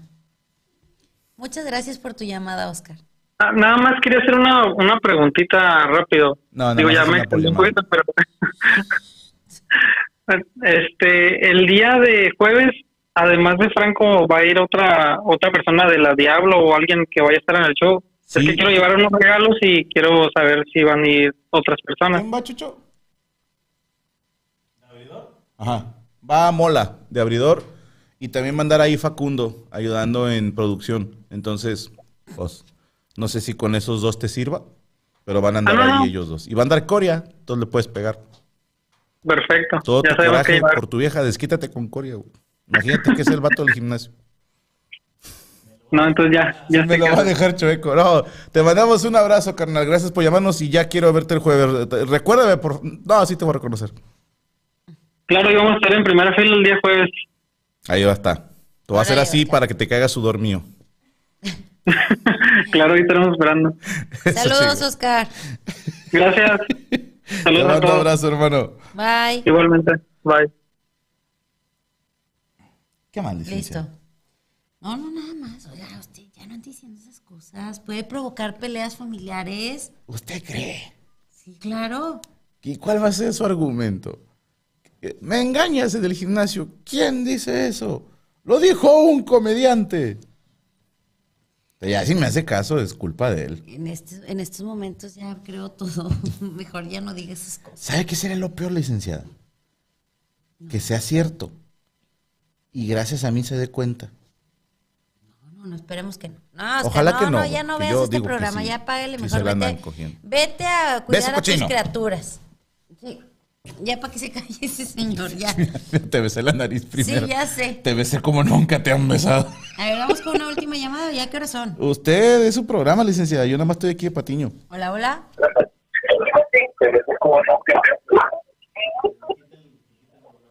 Speaker 2: Muchas gracias por tu llamada, Oscar.
Speaker 9: Ah, Nada más quería hacer una, una preguntita rápido.
Speaker 1: No, nada
Speaker 9: Digo,
Speaker 1: más
Speaker 9: ya
Speaker 1: es
Speaker 9: me
Speaker 1: una
Speaker 9: extendí un
Speaker 1: polemada.
Speaker 9: poquito, pero... este, el día de jueves, además de Franco, va a ir otra otra persona de la Diablo o alguien que vaya a estar en el show.
Speaker 1: Sí.
Speaker 9: Es que quiero llevar unos regalos y quiero saber si van a ir otras personas.
Speaker 1: ¿Quién va, Chucho? Ajá. Va a Mola, de abridor. Y también mandar ahí Facundo, ayudando en producción. Entonces, pues, no sé si con esos dos te sirva, pero van a andar
Speaker 9: Ah, no,
Speaker 1: ahí
Speaker 9: no.
Speaker 1: ellos dos. Y va a andar Coria, entonces le puedes pegar.
Speaker 9: Perfecto.
Speaker 1: Todo
Speaker 9: ya
Speaker 1: tu
Speaker 9: sabemos que
Speaker 1: coraje
Speaker 9: llevar.
Speaker 1: por tu vieja, desquítate con Coria, güey. Imagínate que es el vato del gimnasio.
Speaker 9: No, entonces ya. ya
Speaker 1: Me
Speaker 9: sé
Speaker 1: lo
Speaker 9: que-
Speaker 1: va a dejar chueco. No, te mandamos un abrazo, carnal. Gracias por llamarnos y ya quiero verte el jueves. Te- Recuérdame, por... No, sí te voy a reconocer.
Speaker 9: Claro, y vamos a estar en primera fila el día jueves.
Speaker 1: Ahí va a estar. Te voy a hacer
Speaker 2: Ahora ahí va a
Speaker 1: así
Speaker 2: estar.
Speaker 1: para que te caiga sudor mío.
Speaker 9: claro, ahí estaremos esperando.
Speaker 1: Eso
Speaker 2: Saludos,
Speaker 1: sí,
Speaker 2: Oscar.
Speaker 9: Gracias.
Speaker 1: güey. Te
Speaker 9: Saludos a
Speaker 1: mando un
Speaker 9: todos.
Speaker 1: abrazo, hermano.
Speaker 2: Bye.
Speaker 9: Igualmente. Bye.
Speaker 1: Qué mal,
Speaker 2: Listo.
Speaker 1: licenciado.
Speaker 2: No, no, nada más. Oiga, usted ya no ande diciendo esas cosas. Puede provocar peleas familiares.
Speaker 1: ¿Usted cree?
Speaker 2: Sí, claro.
Speaker 1: ¿Y cuál va a ser su argumento? Eh, Me engañas en el gimnasio. ¿Quién dice eso? Lo dijo un comediante. Ya, si me hace caso, es culpa de él.
Speaker 2: En, este- en estos momentos ya creo todo. Mejor ya no digas esas cosas.
Speaker 1: ¿Sabe qué será lo peor, licenciada? Que sea cierto. Y gracias a mí se dé cuenta.
Speaker 2: No, no, no, esperemos que no. No, Oscar,
Speaker 1: Ojalá que no,
Speaker 2: ya no
Speaker 1: porque
Speaker 2: veas
Speaker 1: yo
Speaker 2: este
Speaker 1: digo que
Speaker 2: programa.
Speaker 1: sí.
Speaker 2: Ya págale
Speaker 1: Sí
Speaker 2: mejor.
Speaker 1: se la andan
Speaker 2: vete,
Speaker 1: cogiendo.
Speaker 2: vete a
Speaker 1: Beso
Speaker 2: cuidar a tus
Speaker 1: cochino.
Speaker 2: criaturas. Sí, Ya para que se calle ese señor, ya.
Speaker 1: te besé la nariz primero.
Speaker 2: Sí, ya sé.
Speaker 1: Te besé como nunca te han besado.
Speaker 2: A ver, vamos con una última llamada. ¿Ya qué hora son?
Speaker 1: Usted es su programa, licenciada. Yo nada más estoy aquí de patiño.
Speaker 2: Hola, hola.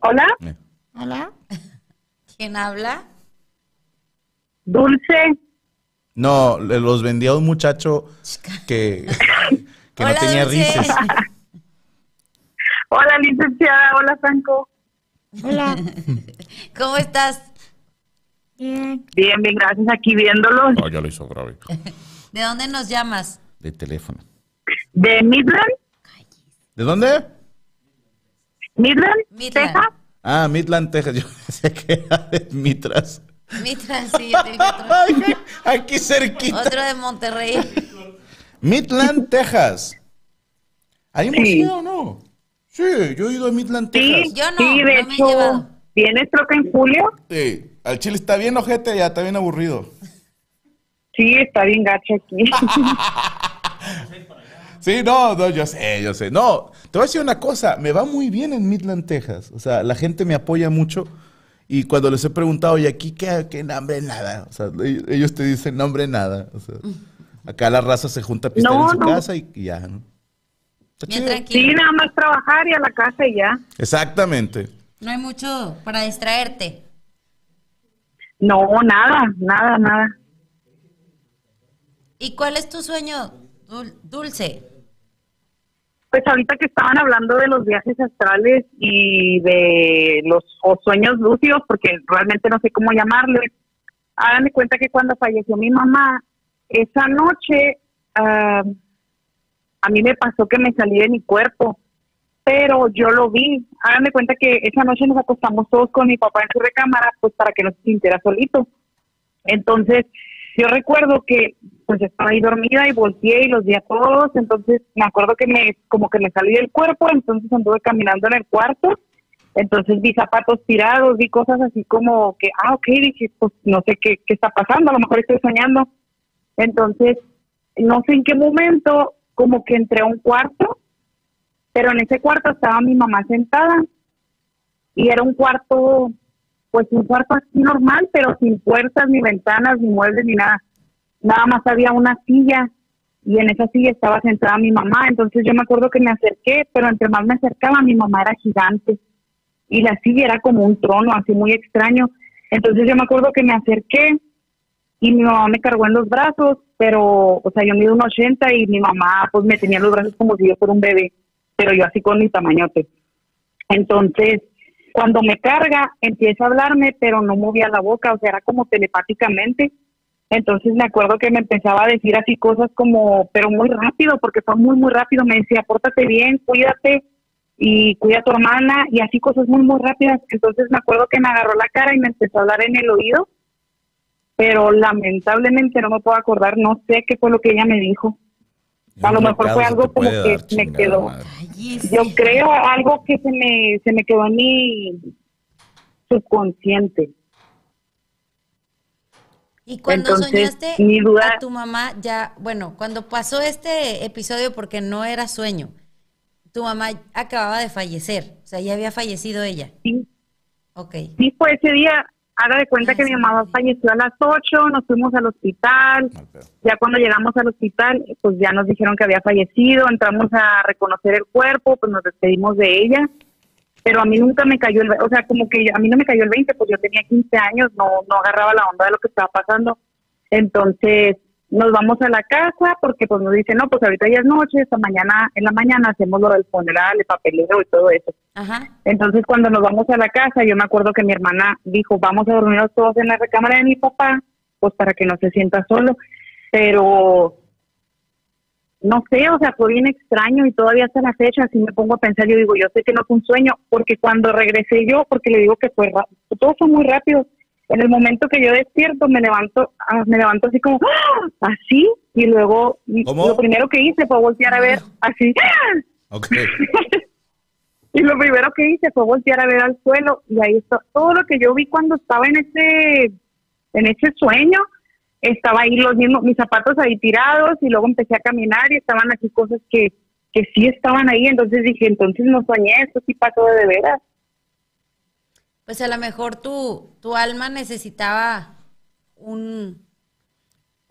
Speaker 10: Hola,
Speaker 1: Eh.
Speaker 2: Hola. ¿Quién habla?
Speaker 10: Dulce.
Speaker 1: No, le- los vendía un muchacho que,
Speaker 3: que hola, no tenía Dulce. risas.
Speaker 10: hola, licenciada. Hola, Franco.
Speaker 2: Hola. ¿Cómo estás?
Speaker 10: Bien. Bien, bien, gracias. Aquí viéndolos.
Speaker 3: No, ya lo hizo grave.
Speaker 2: ¿De dónde nos llamas?
Speaker 3: De teléfono.
Speaker 10: ¿De Midland?
Speaker 3: ¿De dónde?
Speaker 10: Midland, Midland. Texas.
Speaker 3: Ah, Midland, Texas. Yo pensé que era de Mitras.
Speaker 2: Midland, sí, tengo otro.
Speaker 3: Aquí cerquita.
Speaker 2: Otro de Monterrey.
Speaker 3: Midland, Texas. ¿Hay un sí. museo o no? Sí, yo he ido a Midland, Texas.
Speaker 10: Sí, yo no, sí, de no me hecho, he llevado. ¿Vienes troca en julio?
Speaker 3: Sí, al chile está bien ojete ya, está bien aburrido.
Speaker 10: Sí, está bien gacho aquí.
Speaker 3: sí, no, no, yo sé, yo sé. No, te voy a decir una cosa, me va muy bien en Midland, Texas. O sea, la gente me apoya mucho. Y cuando les he preguntado, ¿y aquí qué, qué nombre? Nada. O sea, ellos te dicen nombre, nada. O sea, acá la raza se junta a pistear no, en su no. casa y, y ya, ¿no?
Speaker 10: Sí, nada más trabajar y a la casa y ya.
Speaker 3: Exactamente.
Speaker 2: No hay mucho para distraerte.
Speaker 10: No, nada, nada, nada.
Speaker 2: ¿Y cuál es tu sueño, Dulce?
Speaker 10: Pues ahorita que estaban hablando de los viajes astrales y de los o sueños lúcidos, porque realmente no sé cómo llamarles, háganme cuenta que cuando falleció mi mamá, esa noche uh, a mí me pasó que me salí de mi cuerpo, pero yo lo vi. Háganme cuenta que esa noche nos acostamos todos con mi papá en su recámara, pues para que no se sintiera solito. Entonces, yo recuerdo que pues estaba ahí dormida y volteé y los vi a todos, entonces me acuerdo que me como que me salí del cuerpo, entonces anduve caminando en el cuarto, entonces vi zapatos tirados, vi cosas así como que, ah, ok, dije, pues no sé qué, qué está pasando, a lo mejor estoy soñando. Entonces, no sé en qué momento, como que entré a un cuarto, pero en ese cuarto estaba mi mamá sentada y era un cuarto pues un cuarto así normal, pero sin puertas, ni ventanas, ni muebles, ni nada. Nada más había una silla y en esa silla estaba sentada mi mamá. Entonces yo me acuerdo que me acerqué, pero entre más me acercaba, mi mamá era gigante y la silla era como un trono, así muy extraño. Entonces yo me acuerdo que me acerqué y mi mamá me cargó en los brazos, pero, o sea, yo mido un 80 y mi mamá pues me tenía en los brazos como si yo fuera un bebé, pero yo así con mi tamañote. Entonces cuando me carga, empieza a hablarme, pero no movía la boca, o sea, era como telepáticamente. Entonces me acuerdo que me empezaba a decir así cosas como, pero muy rápido, porque fue muy, muy rápido. Me decía, pórtate bien, cuídate y cuida a tu hermana, y así cosas muy, muy rápidas. Entonces me acuerdo que me agarró la cara y me empezó a hablar en el oído, pero lamentablemente no me puedo acordar, no sé qué fue lo que ella me dijo. A lo mejor fue algo como que me quedó. Ay, Yo creo algo que se me, se me quedó en mi subconsciente.
Speaker 2: Y cuando Entonces, soñaste mi duda, a tu mamá, ya, bueno, cuando pasó este episodio, porque no era sueño, tu mamá acababa de fallecer, o sea, ya había fallecido ella.
Speaker 10: Sí.
Speaker 2: Ok.
Speaker 10: Sí, fue ese día, haga de cuenta ah, que sí. mi mamá falleció a las 8, nos fuimos al hospital, okay. ya cuando llegamos al hospital, pues ya nos dijeron que había fallecido, entramos a reconocer el cuerpo, pues nos despedimos de ella, pero a mí nunca me cayó el, o sea, como que a mí no me cayó el 20, pues yo tenía 15 años, no, no agarraba la onda de lo que estaba pasando, entonces nos vamos a la casa porque pues nos dicen, no, pues ahorita ya es noche, esta mañana, en la mañana hacemos lo del funeral, el papeleo y todo eso.
Speaker 2: Ajá.
Speaker 10: Entonces cuando nos vamos a la casa, yo me acuerdo que mi hermana dijo, vamos a dormirnos todos en la recámara de mi papá, pues para que no se sienta solo, pero no sé, o sea, fue bien extraño y todavía hasta la fecha, si me pongo a pensar, yo digo, yo sé que no fue un sueño, porque cuando regresé yo, porque le digo que fue, rápido, todo fue muy rápido, en el momento que yo despierto me levanto ah, me levanto así como ¡Ah! así y luego
Speaker 3: ¿Cómo?
Speaker 10: lo primero que hice fue voltear a ver así ¡Ah!
Speaker 3: okay.
Speaker 10: y lo primero que hice fue voltear a ver al suelo y ahí está todo lo que yo vi cuando estaba en ese en ese sueño estaba ahí los mismos mis zapatos ahí tirados y luego empecé a caminar y estaban así cosas que que sí estaban ahí entonces dije entonces no soñé esto sí pasó de veras
Speaker 2: pues a lo mejor tu, tu alma necesitaba un,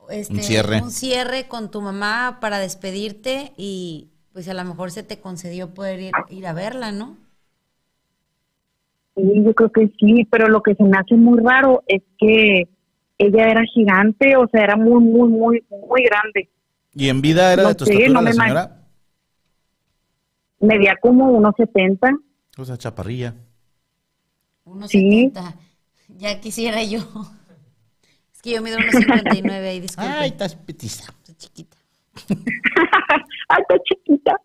Speaker 2: este,
Speaker 3: un, cierre.
Speaker 2: un, cierre. con tu mamá para despedirte y pues a lo mejor se te concedió poder ir, ir, a verla, ¿no?
Speaker 10: Sí, yo creo que sí, pero lo que se me hace muy raro es que ella era gigante, o sea, era muy, muy, muy, muy grande.
Speaker 3: ¿Y en vida era no de tu sé, estatura no la señora?
Speaker 10: medía como 1.70.
Speaker 1: O sea, chaparrilla.
Speaker 2: 1.70. Ya quisiera yo. Es que yo mido 1.59 ahí, disculpe.
Speaker 1: Ay, estás petiza.
Speaker 2: Estoy chiquita.
Speaker 10: Ay, está chiquita.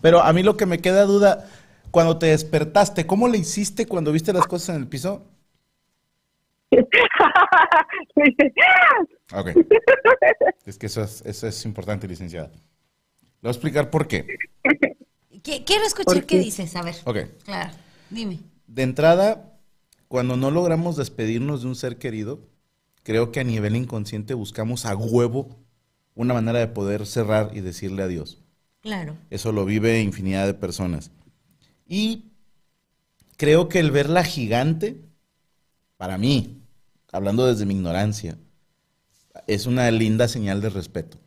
Speaker 1: Pero a mí lo que me queda duda, cuando te despertaste, ¿cómo le hiciste cuando viste las cosas en el piso? Ok. Es que eso es, eso es importante, licenciada. Le voy a explicar por qué.
Speaker 2: Qui- Quiero escuchar qué dices, a ver.
Speaker 1: Ok.
Speaker 2: Claro, dime.
Speaker 1: De entrada, cuando no logramos despedirnos de un ser querido, creo que a nivel inconsciente buscamos a huevo una manera de poder cerrar y decirle adiós.
Speaker 2: Claro.
Speaker 1: Eso lo vive infinidad de personas. Y creo que el verla gigante, para mí, hablando desde mi ignorancia, es una linda señal de respeto.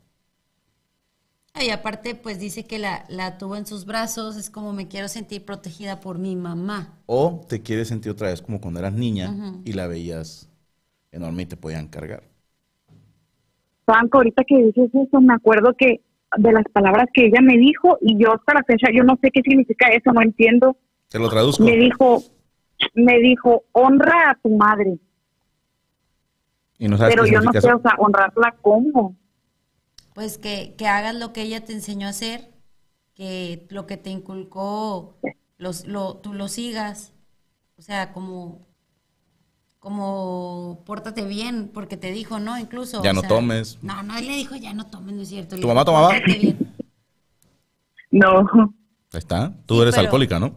Speaker 2: Ah, Y aparte, pues dice que la, la tuvo en sus brazos, es como me quiero sentir protegida por mi mamá.
Speaker 1: O te quieres sentir otra vez como cuando eras niña y la veías enorme y te podían cargar.
Speaker 10: Franco, ahorita que dices eso, me acuerdo que de las palabras que ella me dijo y yo hasta la fecha, yo no sé qué significa eso, no entiendo.
Speaker 1: Te lo traduzco.
Speaker 10: Me dijo, me dijo, honra a tu madre,
Speaker 1: Y no sabes
Speaker 10: pero
Speaker 1: qué
Speaker 10: yo no
Speaker 1: significa
Speaker 10: sé,
Speaker 1: eso.
Speaker 10: o sea, honrarla cómo.
Speaker 2: Pues que, que hagas lo que ella te enseñó a hacer, que lo que te inculcó, los, lo, tú lo sigas. O sea, como, como pórtate bien, porque te dijo, ¿no? Incluso.
Speaker 1: Ya
Speaker 2: o
Speaker 1: no
Speaker 2: sea,
Speaker 1: tomes.
Speaker 2: No, no, él le dijo, ya no tomes, no es cierto. Le
Speaker 1: ¿Tu
Speaker 2: dijo,
Speaker 1: mamá tomaba?
Speaker 2: "Pórtate bien".
Speaker 10: No,
Speaker 1: Ahí está. Tú
Speaker 2: Sí,
Speaker 1: eres
Speaker 2: pero-
Speaker 1: alcohólica, ¿no?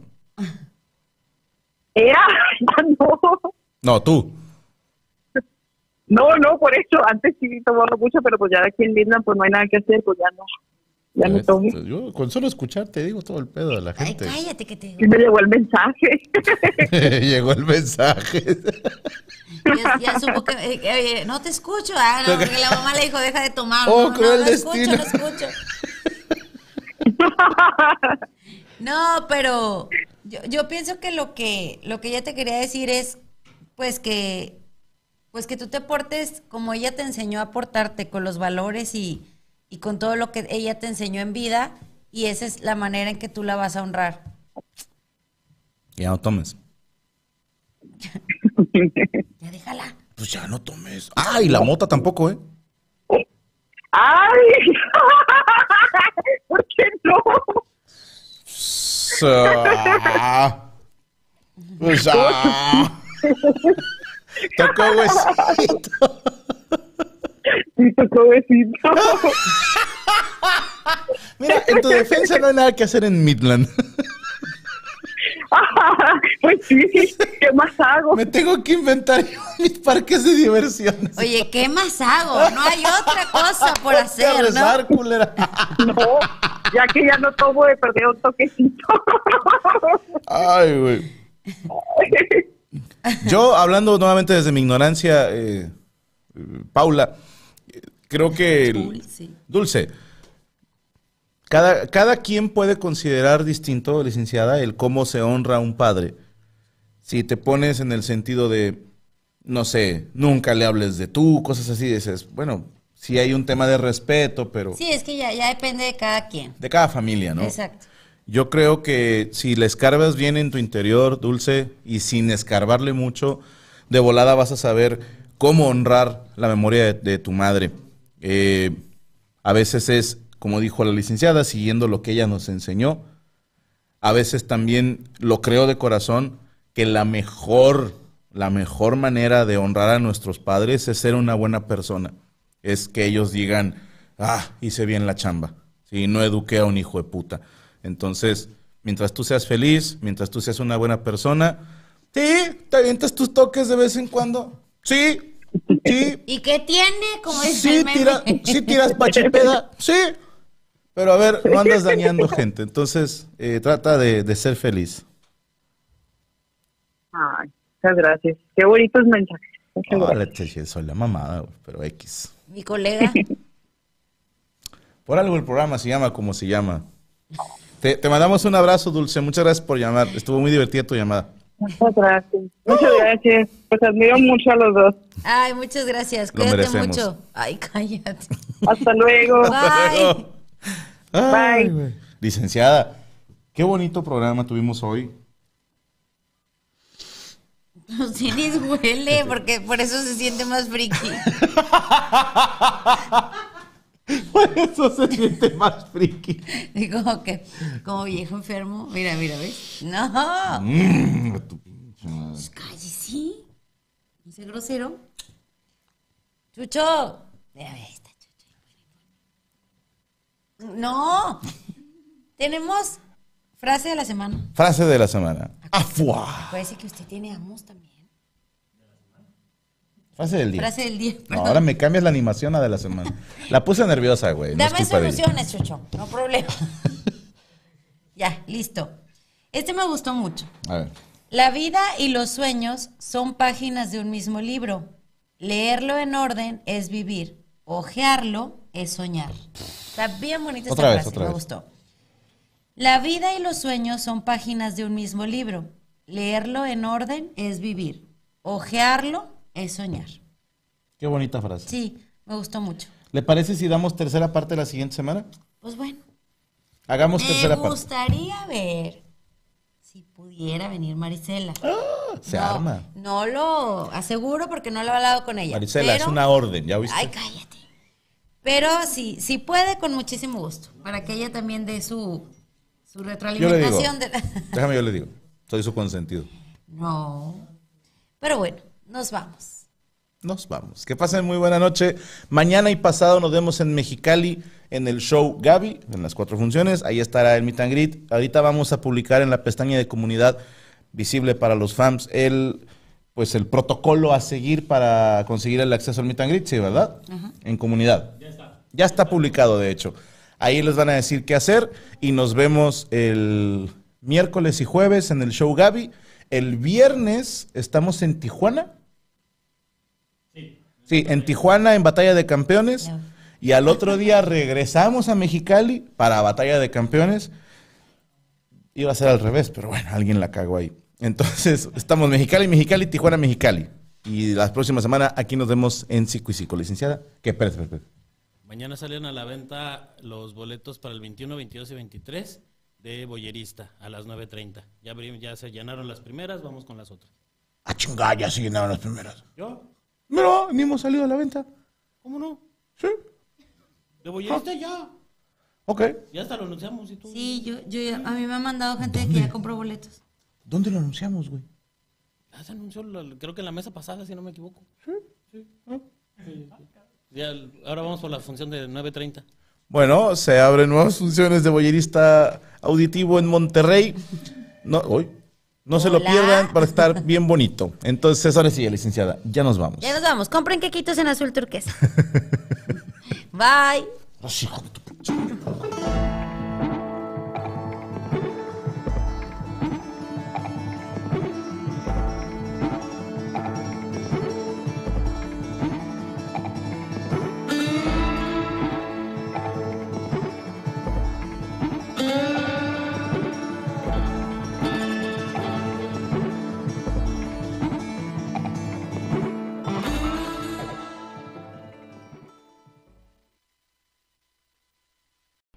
Speaker 10: era, no,
Speaker 1: No, tú.
Speaker 10: no, no, por eso, antes sí tomaba mucho, pero pues ya de aquí en Midland pues no hay nada que hacer, pues ya no, ya no
Speaker 1: Pues,
Speaker 10: tomo.
Speaker 1: Yo con solo escucharte digo todo el pedo de la
Speaker 2: Ay,
Speaker 1: gente.
Speaker 2: cállate que te.
Speaker 10: Y me llegó el mensaje.
Speaker 1: Llegó el mensaje.
Speaker 2: Ya, ya supo que. eh, eh, oye, no te escucho. Ah, no, porque la mamá le dijo, deja de tomar.
Speaker 1: Oh,
Speaker 2: no, no,
Speaker 1: cruel
Speaker 2: no
Speaker 1: destino.
Speaker 2: escucho, no escucho. No, pero yo, yo pienso que lo que lo que ella te quería decir es pues que pues que tú te portes como ella te enseñó a portarte con los valores y, y con todo lo que ella te enseñó en vida y esa es la manera en que tú la vas a honrar.
Speaker 1: Ya no tomes.
Speaker 2: Ya déjala.
Speaker 1: Pues ya no tomes. Ah, y la mota tampoco, ¿eh?
Speaker 10: Ay, ¿por qué no?
Speaker 1: Ah. Pues, ah. Tocó huesito.
Speaker 10: Sí, tocó besito.
Speaker 1: Mira, en tu defensa no hay nada que hacer en Midland.
Speaker 10: pues sí, ¿qué más hago?
Speaker 1: Me tengo que inventar mis parques de diversiones.
Speaker 2: Oye, ¿qué más hago? No hay otra cosa por
Speaker 1: Ponte a
Speaker 2: hacer, ¿no?
Speaker 1: rezar, culera.
Speaker 10: No, ya que ya no tomo de perder un toquecito.
Speaker 1: Ay, güey. Yo, hablando nuevamente desde mi ignorancia, eh, eh, Paula, eh, creo que... el-
Speaker 2: Dulce.
Speaker 1: Dulce. Cada, cada quien puede considerar distinto, licenciada, el cómo se honra a un padre. Si te pones en el sentido de, no sé, nunca le hables de tú, cosas así, dices, bueno, sí hay un tema de respeto, pero
Speaker 2: Sí, es que ya, ya depende de cada quien.
Speaker 1: de cada familia, ¿no?
Speaker 2: Exacto.
Speaker 1: Yo creo que si le escarbas bien en tu interior, Dulce, y sin escarbarle mucho, de volada vas a saber cómo honrar la memoria de, de tu madre. Eh, a veces es, como dijo la licenciada, siguiendo lo que ella nos enseñó. A veces también lo creo de corazón que la mejor, la mejor manera de honrar a nuestros padres es ser una buena persona. Es que ellos digan, ah, hice bien la chamba. Sí, no eduqué a un hijo de puta. Entonces, mientras tú seas feliz, mientras tú seas una buena persona, sí, te avientas tus toques de vez en cuando. Sí, sí,
Speaker 2: ¿Y qué tiene? Como dice
Speaker 1: sí,
Speaker 2: el meme.
Speaker 1: tira- sí tiras pachipeda, sí. Pero a ver, no andas dañando gente. Entonces, eh, trata de, de ser feliz.
Speaker 10: Ay, muchas gracias. Qué bonitos mensajes. Muchas
Speaker 1: Ah,
Speaker 10: gracias.
Speaker 1: la che- soy la mamada, güey, pero X.
Speaker 2: Mi colega.
Speaker 1: Por algo el programa se llama como se llama. Te, te mandamos un abrazo, Dulce. Muchas gracias por llamar. Estuvo muy divertida tu llamada.
Speaker 10: Muchas gracias. Muchas gracias. Pues admiro mucho a los dos.
Speaker 2: Ay, muchas gracias.
Speaker 1: Lo
Speaker 2: Cuídate
Speaker 1: merecemos.
Speaker 2: mucho. Ay, cállate.
Speaker 10: Hasta luego.
Speaker 2: Bye.
Speaker 1: Ay,
Speaker 10: Bye.
Speaker 1: güey. Licenciada, qué bonito programa tuvimos hoy.
Speaker 2: Los tenis
Speaker 1: Este.
Speaker 2: huele, porque por eso se siente más friki.
Speaker 1: Por eso se siente más friki.
Speaker 2: Digo que, como viejo enfermo, mira, mira, ¿ves?
Speaker 10: Ah.
Speaker 2: No.
Speaker 1: Mm, tu pinche madre.
Speaker 2: Pues cállese. No sea grosero. Chucho. Mira, ahí está Chucho. No. Tenemos frase de la semana.
Speaker 1: Frase de la semana. Ah, Afua.
Speaker 2: Parece que usted tiene amos también.
Speaker 1: Frase del día.
Speaker 2: Frase del día.
Speaker 1: No, ahora me cambias la animación a de la semana. La puse nerviosa, güey. no es
Speaker 2: Dame
Speaker 1: culpa de ella.
Speaker 2: soluciones, Chucho. No problema. ya, listo. Este me gustó mucho.
Speaker 1: A ver.
Speaker 2: La vida y los sueños son páginas de un mismo libro. Leerlo en orden es vivir. Ojearlo es soñar. Está bien bonita esta
Speaker 1: Otra vez,
Speaker 2: frase,
Speaker 1: otra
Speaker 2: me
Speaker 1: vez.
Speaker 2: gustó. La vida y los sueños son páginas de un mismo libro. Leerlo en orden es vivir. Ojearlo es soñar.
Speaker 1: Qué bonita frase.
Speaker 2: Sí, me gustó mucho.
Speaker 1: ¿Le parece si damos tercera parte la siguiente semana?
Speaker 2: Pues bueno,
Speaker 1: Hagamos
Speaker 2: me
Speaker 1: tercera parte.
Speaker 2: gustaría ver si pudiera venir Marisela.
Speaker 1: ¡Ah! Se
Speaker 2: No,
Speaker 1: arma.
Speaker 2: No lo aseguro porque no lo he hablado con ella.
Speaker 1: Marisela, es
Speaker 2: pero-
Speaker 1: una orden, ¿ya viste?
Speaker 2: Ay, cállate. Pero sí, sí puede con muchísimo gusto. Para que ella también dé su, su
Speaker 1: yo le digo.
Speaker 2: retroalimentación. de la-
Speaker 1: Déjame, yo le digo. Soy su consentido.
Speaker 2: No. Pero bueno, nos vamos.
Speaker 1: Nos vamos. Que pasen muy buena noche. Mañana y pasado nos vemos en Mexicali en el show Gaby, en las cuatro funciones. Ahí estará el meet and greet. Ahorita vamos a publicar en la pestaña de comunidad visible para los fans el pues el protocolo a seguir para conseguir el acceso al meet and greet, sí, ¿verdad? En comunidad. Ya está. Ya está publicado, de hecho. Ahí les van a decir qué hacer y nos vemos el miércoles y jueves en el show Gaby. El viernes estamos en Tijuana. Sí, en Tijuana, en Batalla de Campeones.
Speaker 2: Ya.
Speaker 1: Y al otro día regresamos a Mexicali para Batalla de Campeones. Iba a ser al revés, pero bueno, alguien la cagó ahí. Entonces, estamos Mexicali, Mexicali, Tijuana, Mexicali. Y la próxima semana aquí nos vemos en Psico y Psico, licenciada. Que espérate, espérate, espérate.
Speaker 11: Mañana salen a la venta los boletos para el 21, 22 y 23 de Boyerista a las 9.30. Ya, abrimos- ya se llenaron las primeras, vamos con las otras.
Speaker 1: Ah, chingada, ya se llenaron las primeras.
Speaker 11: ¿Yo?
Speaker 1: No, ni hemos salido a la venta.
Speaker 11: ¿Cómo no?
Speaker 1: Sí,
Speaker 11: De Boyerista ya.
Speaker 1: ok.
Speaker 11: Ya hasta lo anunciamos y tú.
Speaker 2: Sí, yo, yo ya- a mí me han mandado gente que ya compró boletos.
Speaker 1: ¿Dónde lo anunciamos, güey?
Speaker 11: Ya se anunció, la- creo que en la mesa pasada, si no me equivoco. Sí. Sí. Ya, ahora vamos por la función de 9.30.
Speaker 1: Bueno, se abren nuevas funciones de boyerista auditivo en Monterrey. No, hoy. No se lo
Speaker 2: Hola.
Speaker 1: pierdan para estar bien bonito. Entonces, ahora sí, licenciada, ya nos vamos.
Speaker 2: Ya nos vamos. Compren quequitos en azul turquesa. Bye.